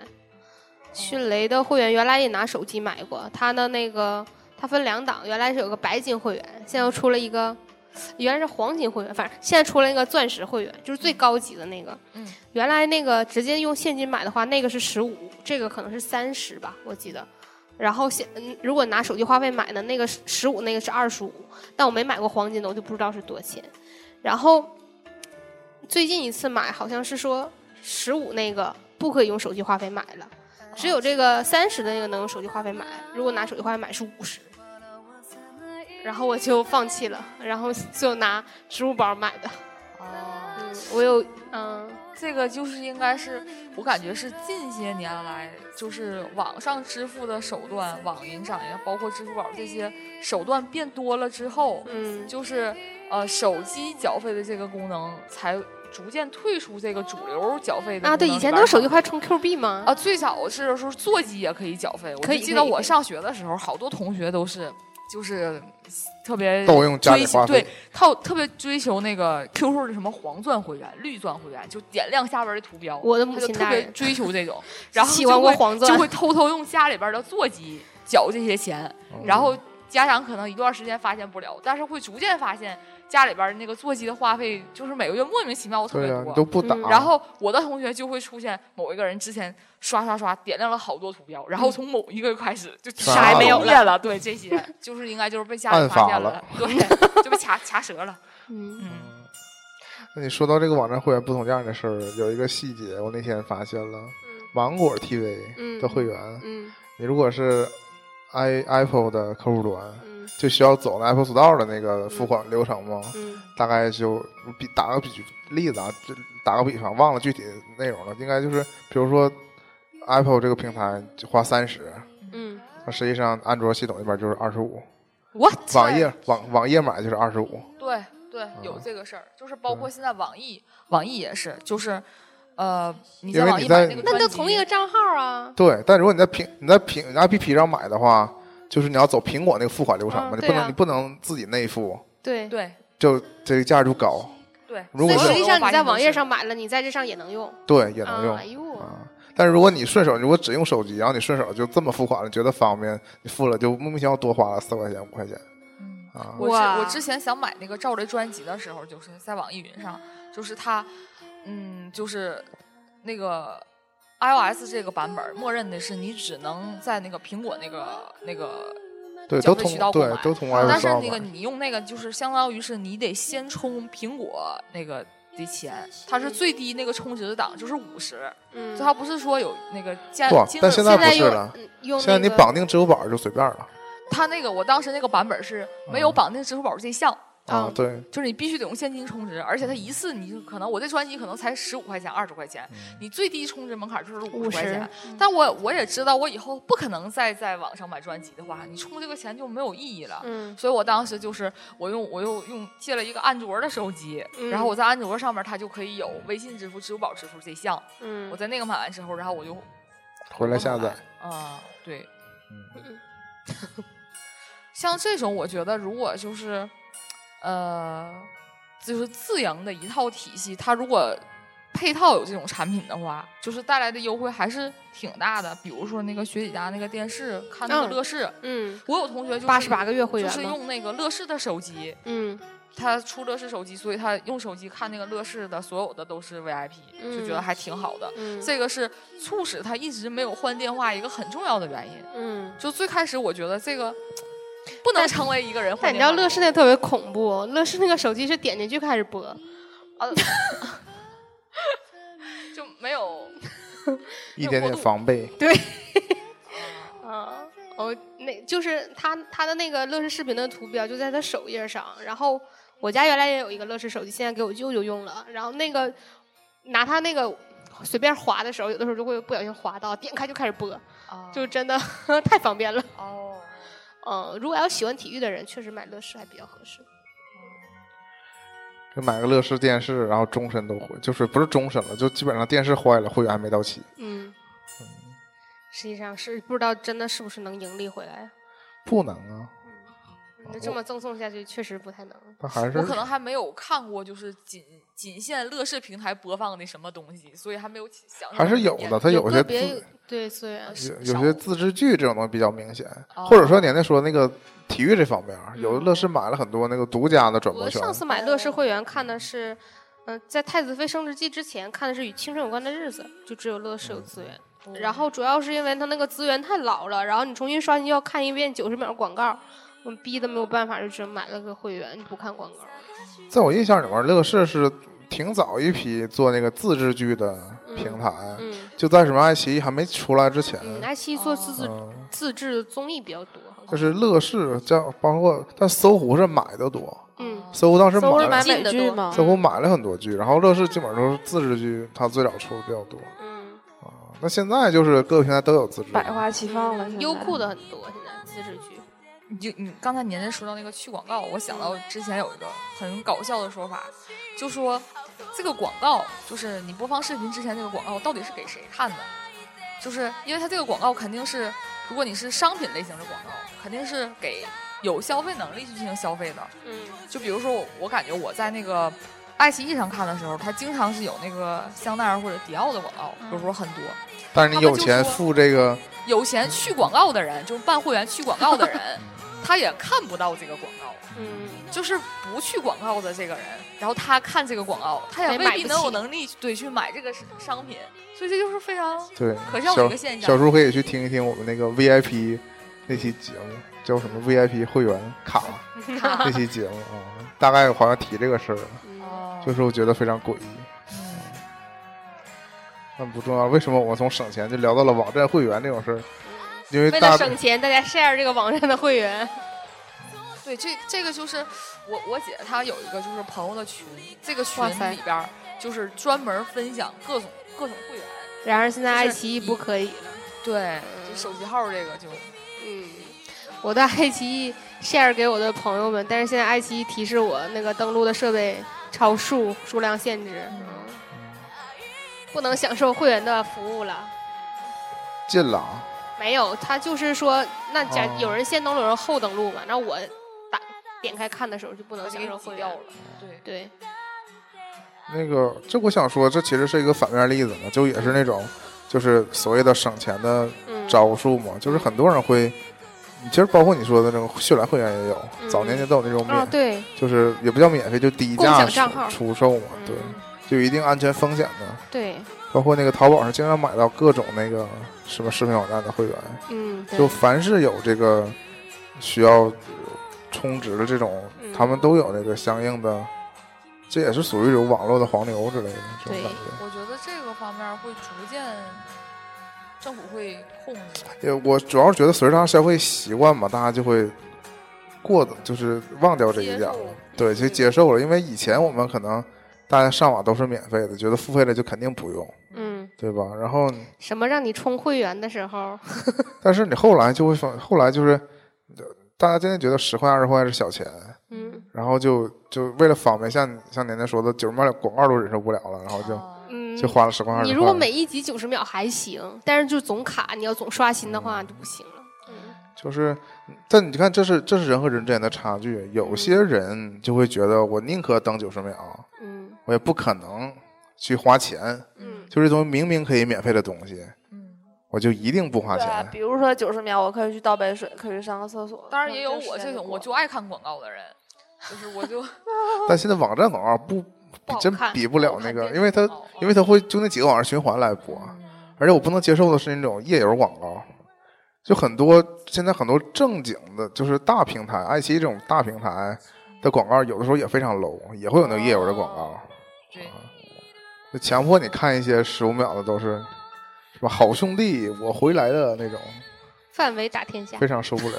迅雷的会员原来也拿手机买过，它的那个它分两档，原来是有个白金会员，现在又出了一个，原来是黄金会员，反正现在出了一个钻石会员，就是最高级的那个。嗯，原来那个直接用现金买的话，那个是十五，这个可能是三十吧，我记得。然后现嗯如果拿手机话费买的那个十五，那个是二十五，但我没买过黄金的，我就不知道是多钱。然后最近一次买好像是说十五那个不可以用手机话费买了，只有这个三十的那个能用手机话费买，如果拿手机话费买是五十。然后我就放弃了，然后就拿支付宝买的。哦嗯，我有嗯，这个就是应该是我感觉是近些年来，就是网上支付的手段，网银、掌银，包括支付宝这些手段变多了之后，嗯，就是呃手机缴费的这个功能才逐渐退出这个主流缴费的啊，功对，能以里前边都是手机儿快充 Q 币吗？啊，最早是说座机也可以缴费，我可就以记可得以我可以上学的时候，好多同学都是就是特别都用家里追话求费对，他特别追求那个 QQ 的什么黄钻会员、绿钻会员，就点亮下边的图标。我的他母就亲特大别人追求这种，然 后喜就欢过会黄钻就会偷偷用家里边的座机缴这些钱，嗯然后家长可能一段时间发现不了，但是会逐渐发现家里边那个座机的话费就是每个月莫名其妙特别对呀、多。你都啊不打。嗯然后我的同学就会出现某一个人之前刷刷刷点亮了好多图标，嗯然后从某一个开始就啥也没有攻略了。对，这些 就是应该就是被家犯里发法现了了， 对，就被卡卡折了。嗯，嗯，那你说到这个网站会员不同价的事儿，有一个细节我那天发现了，嗯芒果 TV 嗯的会员，嗯你如果是 i Apple 的客户端，嗯就需要走那 Apple Store 的那个付款流程吗？嗯大概就比打个比例子啊，就打个比方，忘了具体内容了，应该就是比如说 Apple 这个平台就花三十，嗯那实际上安卓系统那边就是二十五， ，what 网页网网页买就是二十五，对对嗯有这个事儿，就是包括现在网易，网易也是，就是呃，你因在为网你易买在那个那专都辑同一个账号啊。对。但如果你在苹你在苹 APP 上买的话，就是你要走苹果那个付款流程嘛，嗯你对不能、啊你不能自己内付，对，对就这个价就高，对，如果所以是实际上你在网页上。上买了，你在这上也能用。对，也能用。啊哎呦，啊。但是如果你顺手，如果只用手机，然后你顺手就这么付款了，觉得方便，你付了就莫名其妙多花了四块钱、五块钱嗯啊。我是哇我之前想买那个赵雷专辑的时候，就是在网易云上，就是它，嗯，就是那个 iOS 这个版本，默认的是你只能在那个苹果那个那个，对，都消费通渠道购对买啊都通 i 但 p 是 h 那 o 个 n 你用那个就是相当于是你得先充苹果那个的钱，它是最低那个充值的档，就是五十，嗯，就它不是说有那个加不，金额但现在在不是用了。嗯用现在那你个绑定支付宝就随便了它那个我当时那个版本是没有嗯绑定支付宝这项。啊嗯！对，就是你必须得用现金充值，而且它一次你就可能我这专辑可能才十五块钱、二十块钱，你最低充值门槛就是五十块钱。但我我也知道，我以后不可能再在网上买专辑的话，你充这个钱就没有意义了。嗯所以我当时就是我用我又用借了一个安卓的手机，嗯然后我在安卓上面它就可以有微信支付、支付宝支付这项。嗯我，在那个买完之后，然后我就回来下载。啊，对嗯，像这种，我觉得如果就是，呃，就是自营的一套体系，它如果配套有这种产品的话，就是带来的优惠还是挺大的。比如说那个学姐家那个电视，看那个嗯乐视，嗯，我有同学就是八十八个月会就员是吗？用那个乐视的手机，嗯，他出乐视手机，所以他用手机看那个乐视的所有的都是 VIP，就觉得嗯还挺好的。嗯这个是促使他一直没有换电话一个很重要的原因。嗯。就最开始我觉得这个不能但成为一个人换但你电知道话的原因。乐视那个特别恐怖，乐视那个手机是点进去开始播，就没有一点点防备。啊，哦，那就是它它的那个乐视视频的图标就在它首页上。然后我家原来也有一个乐视手机，现在给我舅舅用了。然后那个拿它那个随便滑的时候，有的时候就会不小心滑到，点开就开始播，啊，就真的 太方便了。哦，嗯，如果要喜欢体育的人，确实买乐视还比较合适。就买个乐视电视，然后终身都会，就是不是终身了，就基本上电视坏了，会员还没到期。嗯，实际上是不知道真的是不是能盈利回来。不能啊，那哦这么赠送下去，确实不太能。它还是我可能还没有看过，就是仅仅限乐视平台播放的什么东西，所以还没有起想。还是有的，。它有个些别有自对资呃源，有有些自制剧这种东西比较明显，哦或者说年年说那个体育这方面，啊有的乐视买了很多那个独家的转播我权，上次买乐视会员看的是，嗯、在太子妃升职记之前看的是与青春有关的日子，就只有乐视嗯有资源。然后主要是因为它那个资源太老了，然后你重新刷新就要看一遍九十秒广告，我逼的没有办法，就只能买了个会员，不看广告。在我印象里面，乐视是挺早一批做那个自制剧的平台，嗯就在什么爱奇艺还没出来之前，嗯，爱奇艺做自制、嗯自制综艺比较多，好像就是乐视叫包括，但搜狐是买的多，嗯，搜狐当时搜狐是买买进美的剧多吗？搜狐买了很多剧，然后乐视基本上都是自制剧，它最早出的比较多嗯，啊。那现在就是各个平台都有自制，百花齐放了，现在优酷的很多现在自制剧，你就你刚才年年说到那个去广告，我想到之前有一个很搞笑的说法，就说这个广告就是你播放视频之前那个广告到底是给谁看的？就是因为它这个广告肯定是，如果你是商品类型的广告，肯定是给有消费能力去进行消费的。嗯就比如说我，我感觉我在那个爱奇艺上看的时候，它经常是有那个香奈儿或者迪奥的广告，有时候很多。但是你有钱付这个，有钱去广告的人，就是办会员去广告的人，嗯 他也看不到这个广告。嗯，就是不去广告的这个人，然后他看这个广告，他也也未买必不能有起能力对去买这个商品，所以这就是非常对，可笑的一小个现小象。叔可以去听一听我们那个 VIP 那期节目，叫什么 VIP 会员卡那期节目啊，大概好像提这个事儿了，嗯哦就是我觉得非常诡异。但不重要，为什么我从省钱就聊到了网站会员这种事儿？因为为大了省钱，大家 share 这个网站的会员，对，这这个就是我我姐她有一个就是朋友的群，这个群哇塞里边儿就是专门分享各种各种会员， 然而现在就爱是奇艺不可以了。对，就手机号这个就嗯，我的爱奇艺 share 给我的朋友们，但是现在爱奇艺提示我那个登录的设备超数数量限制，嗯，不能享受会员的服务了。进了啊，没有，他就是说，那假哦有人先登录，有人后登录嘛，那我打点开看的时候就不能把这享给受挤会掉员了。。对，对，那个，这我想说，这其实是一个反面例子嘛，就也是那种，就是所谓的省钱的嗯，招数嘛，就是很多人会，其实包括你说的那种血缘会员也有，嗯早年间都有那种免，哦对，就是也不叫免费，就低共价享账号嗯出出售嘛，对，就有一定安全风险的。对，包括那个淘宝上经常买到各种那个什么视频网站的会员，嗯，对就凡是有这个需要呃充值的这种，嗯他们都有那个相应的，这也是属于一种网络的黄牛之类的这种对感觉。我觉得这个方面会逐渐政府会控制。也我主要是觉得随着大家消费习惯嘛，大家就会过的就是忘掉这一点接了受，对，就接受了。因为以前我们可能大家上网都是免费的，觉得付费了就肯定不用，嗯，对吧？然后什么让你充会员的时候，但是你后来就会发，后来就是呃大家渐渐觉得十块二十块是小钱，嗯然后就就为了方便，像像年年说的，九十秒广告都忍受不了了，然后就、啊嗯，就花了十块二十块。你如果每一集九十秒还行，但是就总卡，你要总刷新的话就不行了。就是，但你看，这是这是人和人之间的差距。有些人就会觉得，我宁可等九十秒，嗯我也不可能去花钱，嗯，就这东西明明可以免费的东西，嗯，我就一定不花对啊，钱。比如说九十秒，我可以去倒杯水，可以去上个厕所。当然也有我时这间种，过我就爱看广告的人，就是我就但现在网站广告不不好真看嗯比不了那个，因为它哦因为它会就那几个网站循环来播，而且我不能接受的是那种页游广告，就很多现在很多正经的，就是大平台，爱奇艺这种大平台的广告，有的时候也非常 low，也会有那个页游的广告，哦对，就强迫你看一些十五秒的，都是什么好兄弟我回来了那种，范围打天下非。常受不了。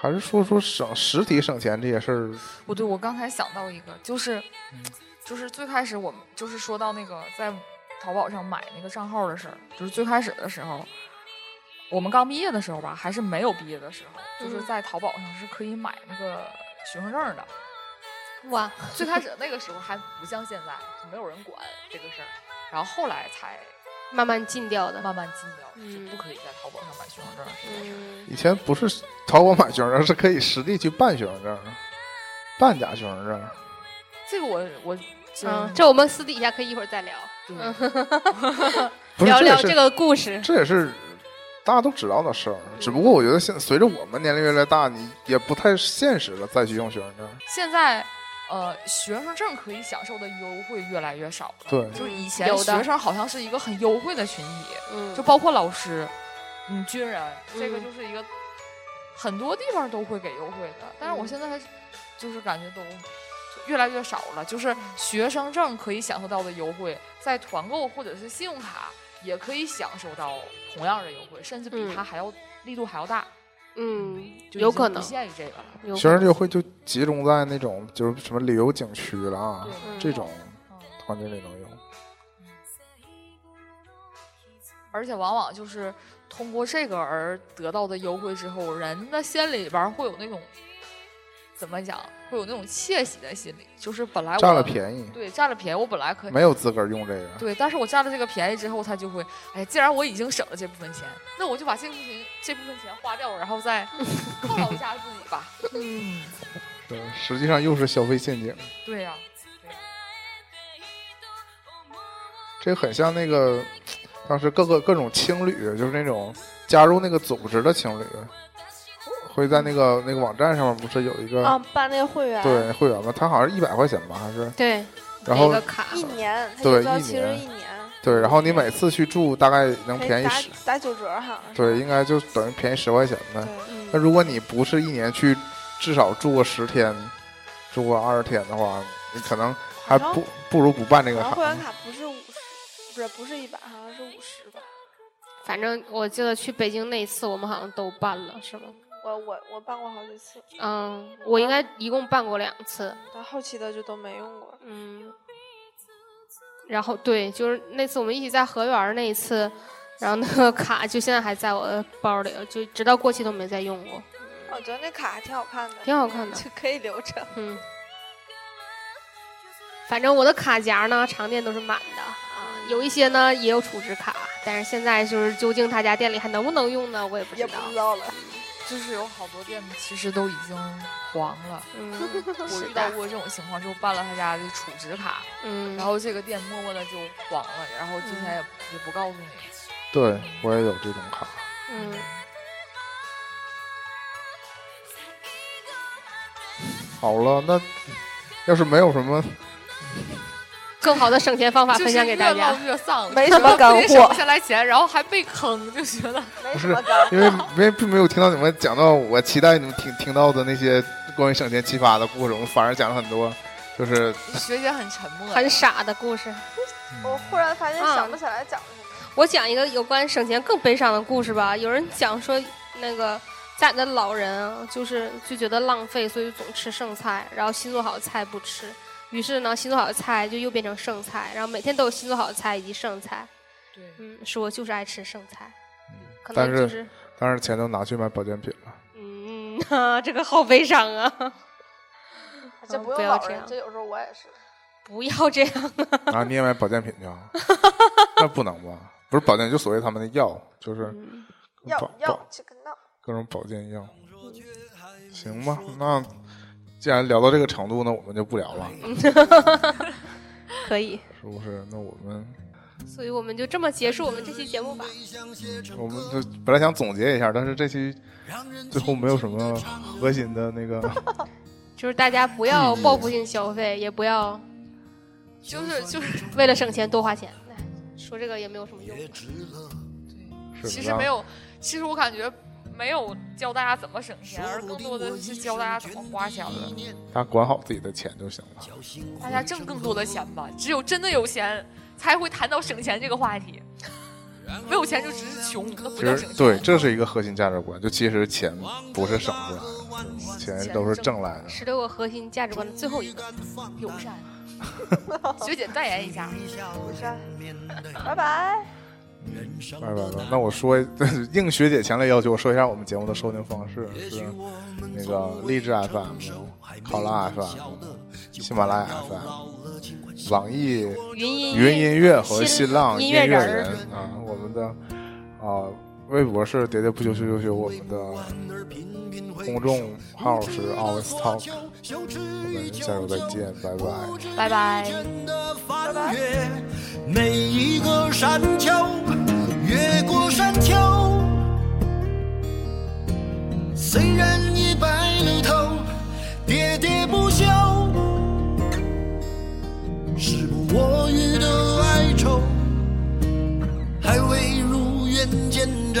还是说说省实体省钱这些事儿，我对我刚才想到一个，就是就是最开始我们就是说到那个在淘宝上买那个账号的事儿，就是最开始的时候，我们刚毕业的时候吧，还是没有毕业的时候，就是嗯在淘宝上是可以买那个学生证儿的。 哇，最开始那个时候还不像现在，就没有人管这个事儿，然后后来才慢慢禁掉的。慢慢禁掉，嗯就不可以在淘宝上买学生证儿这件事儿。嗯，以前不是淘宝买学生证，是可以实地去办学生证，办假学生证。这个我我真嗯，这我们私底下可以一会儿再聊，对不是聊这聊也这是个故事。这也是大家都知道的事儿，只不过我觉得现随着我们年龄越来越大，你也不太现实了再去用学生证。现在呃学生证可以享受的优惠越来越少了。对，就是以前有的学生好像是一个很优惠的群体，嗯，就包括老师，嗯，军人，这个嗯就是一个很多地方都会给优惠的。但是我嗯现在还是就是感觉都越来越少了，嗯就是学生证可以享受到的优惠，在团购或者是信用卡也可以享受到同样的优惠，甚至比嗯它还要力度还要大，嗯，就已有经可不能，限于这个了。有学生可能证会就集中在那种就是什么旅游景区了啊，对这种嗯环境里能用。而且往往就是通过这个而得到的优惠之后，人的心里边儿会有那种怎么讲，会有那种窃喜的心理，就是本来我占了便宜，对占了便宜，我本来可以没有资格用这个。对，但是我占了这个便宜之后，他就会，哎，既然我已经省了这部分钱，那我就把这部分这部分钱花掉，然 后再犒劳一下自己吧。嗯，对，实际上又是消费陷阱。对呀、这个很像那个当时各个各种情侣，就是那种加入那个组织的情侣，会在那个那个网站上面不是有一个、啊，办那个会员，，嗯对会员吗？他好像是一百块钱吧，还是对，然后给一个卡，一年，它对有效一期是年一年，对，然后你每次去住大概能可以便宜打十，打九折好像是。对，应该就等于便宜十块钱呗。对，那嗯，如果你不是一年去至少住个十天，住个二十天的话，你可能还好像不不如不办这个嗯好像卡会。员卡不是五十，不是不是一百，好像是五十吧。反正我记得去北京那一次，我们好像都办了，是吗？我我我办过好几次，嗯，我应该一共办过两次，但后期的就都没用过。哦嗯，然后对，就是那次我们一起在河源儿那一次，然后那个卡就现在还在我的包里，就直到过期都没再用过，我觉得那卡还挺好看的，挺好看的。就可以留着。嗯，反正我的卡夹呢，常店都是满的啊，有一些呢也有储值卡，但是现在就是究竟他家店里还能不能用呢，我也不知也不道。知道了，就是有好多店其实都已经黄了。嗯，我是遇到的，过这种情况，就办了他家的储值卡，嗯，然后这个店默默的就黄了，然后之前也、也不告诉你。对我也有这种卡。嗯，好了，那要是没有什么更好的省钱方法就分是享给大越家唠。越丧，没就什么觉得干自己省货不下来钱，然后还被坑，就觉 得没不是什么干。因为因为并没有听到你们讲到我期待你们听听到的那些关于省钱奇葩的故事，我们反而讲了很多，就是学姐很沉默，很傻的故事，我忽然发现啊想不起来讲了什么。我讲一个有关省钱更悲伤的故事吧。有人讲说，那个家里的老人啊，就是就觉得浪费，所以总吃剩菜，然后新做好的菜不吃，于是呢，新做好的菜就又变成剩菜，然后每天都有新做好的菜以及剩菜。对，嗯，说就是爱吃剩菜，可但能是就是当时钱都拿去买保健品了。嗯、 啊，这个好悲伤啊！ 这不嗯不用要老这人，样这有时候我也是。不要这样，啊，你也买保健品去啊？那不能吧？不是保健，就所谓他们的药，就是嗯要保要保这个闹，各种保健药。行吧，那既然聊到这个程度呢，我们就不聊了，可以，是不是？那我们所以我们就这么结束我们这期节目吧。我们就本来想总结一下，但是这期最后没有什么核心的那个，就是大家不要报复性消费，也不要就是就是，为了省钱多花钱。哎说这个也没有什么用，是其实没有，其实我感觉没有教大家怎么省钱，而更多的是教大家怎么花钱了。他管好自己的钱就行了。大家挣更多的钱吧，只有真的有钱，才会谈到省钱这个话题。没有钱就只是穷，那不其叫实省钱。对，这是一个核心价值观，就其实钱不是省出来的，钱都是挣来的。十六个核心价值观的最后一个，友 善。学姐代言一下，拜拜。拜拜了。那我说， 应学姐强烈要求，我说一下我们节目的收听方式是那个荔枝 FM、考拉 FM、喜马拉雅 FM、网易云音云音乐和新新浪音音乐乐人儿人啊，我们的啊微博是喋喋不休休休休，我们的公众号是 Always Talk。我们下周再见，拜拜。拜拜。的翻越每一个山丘，越过山丘。虽然已白了头，喋喋不休，时不我予的哀愁，还未如愿见着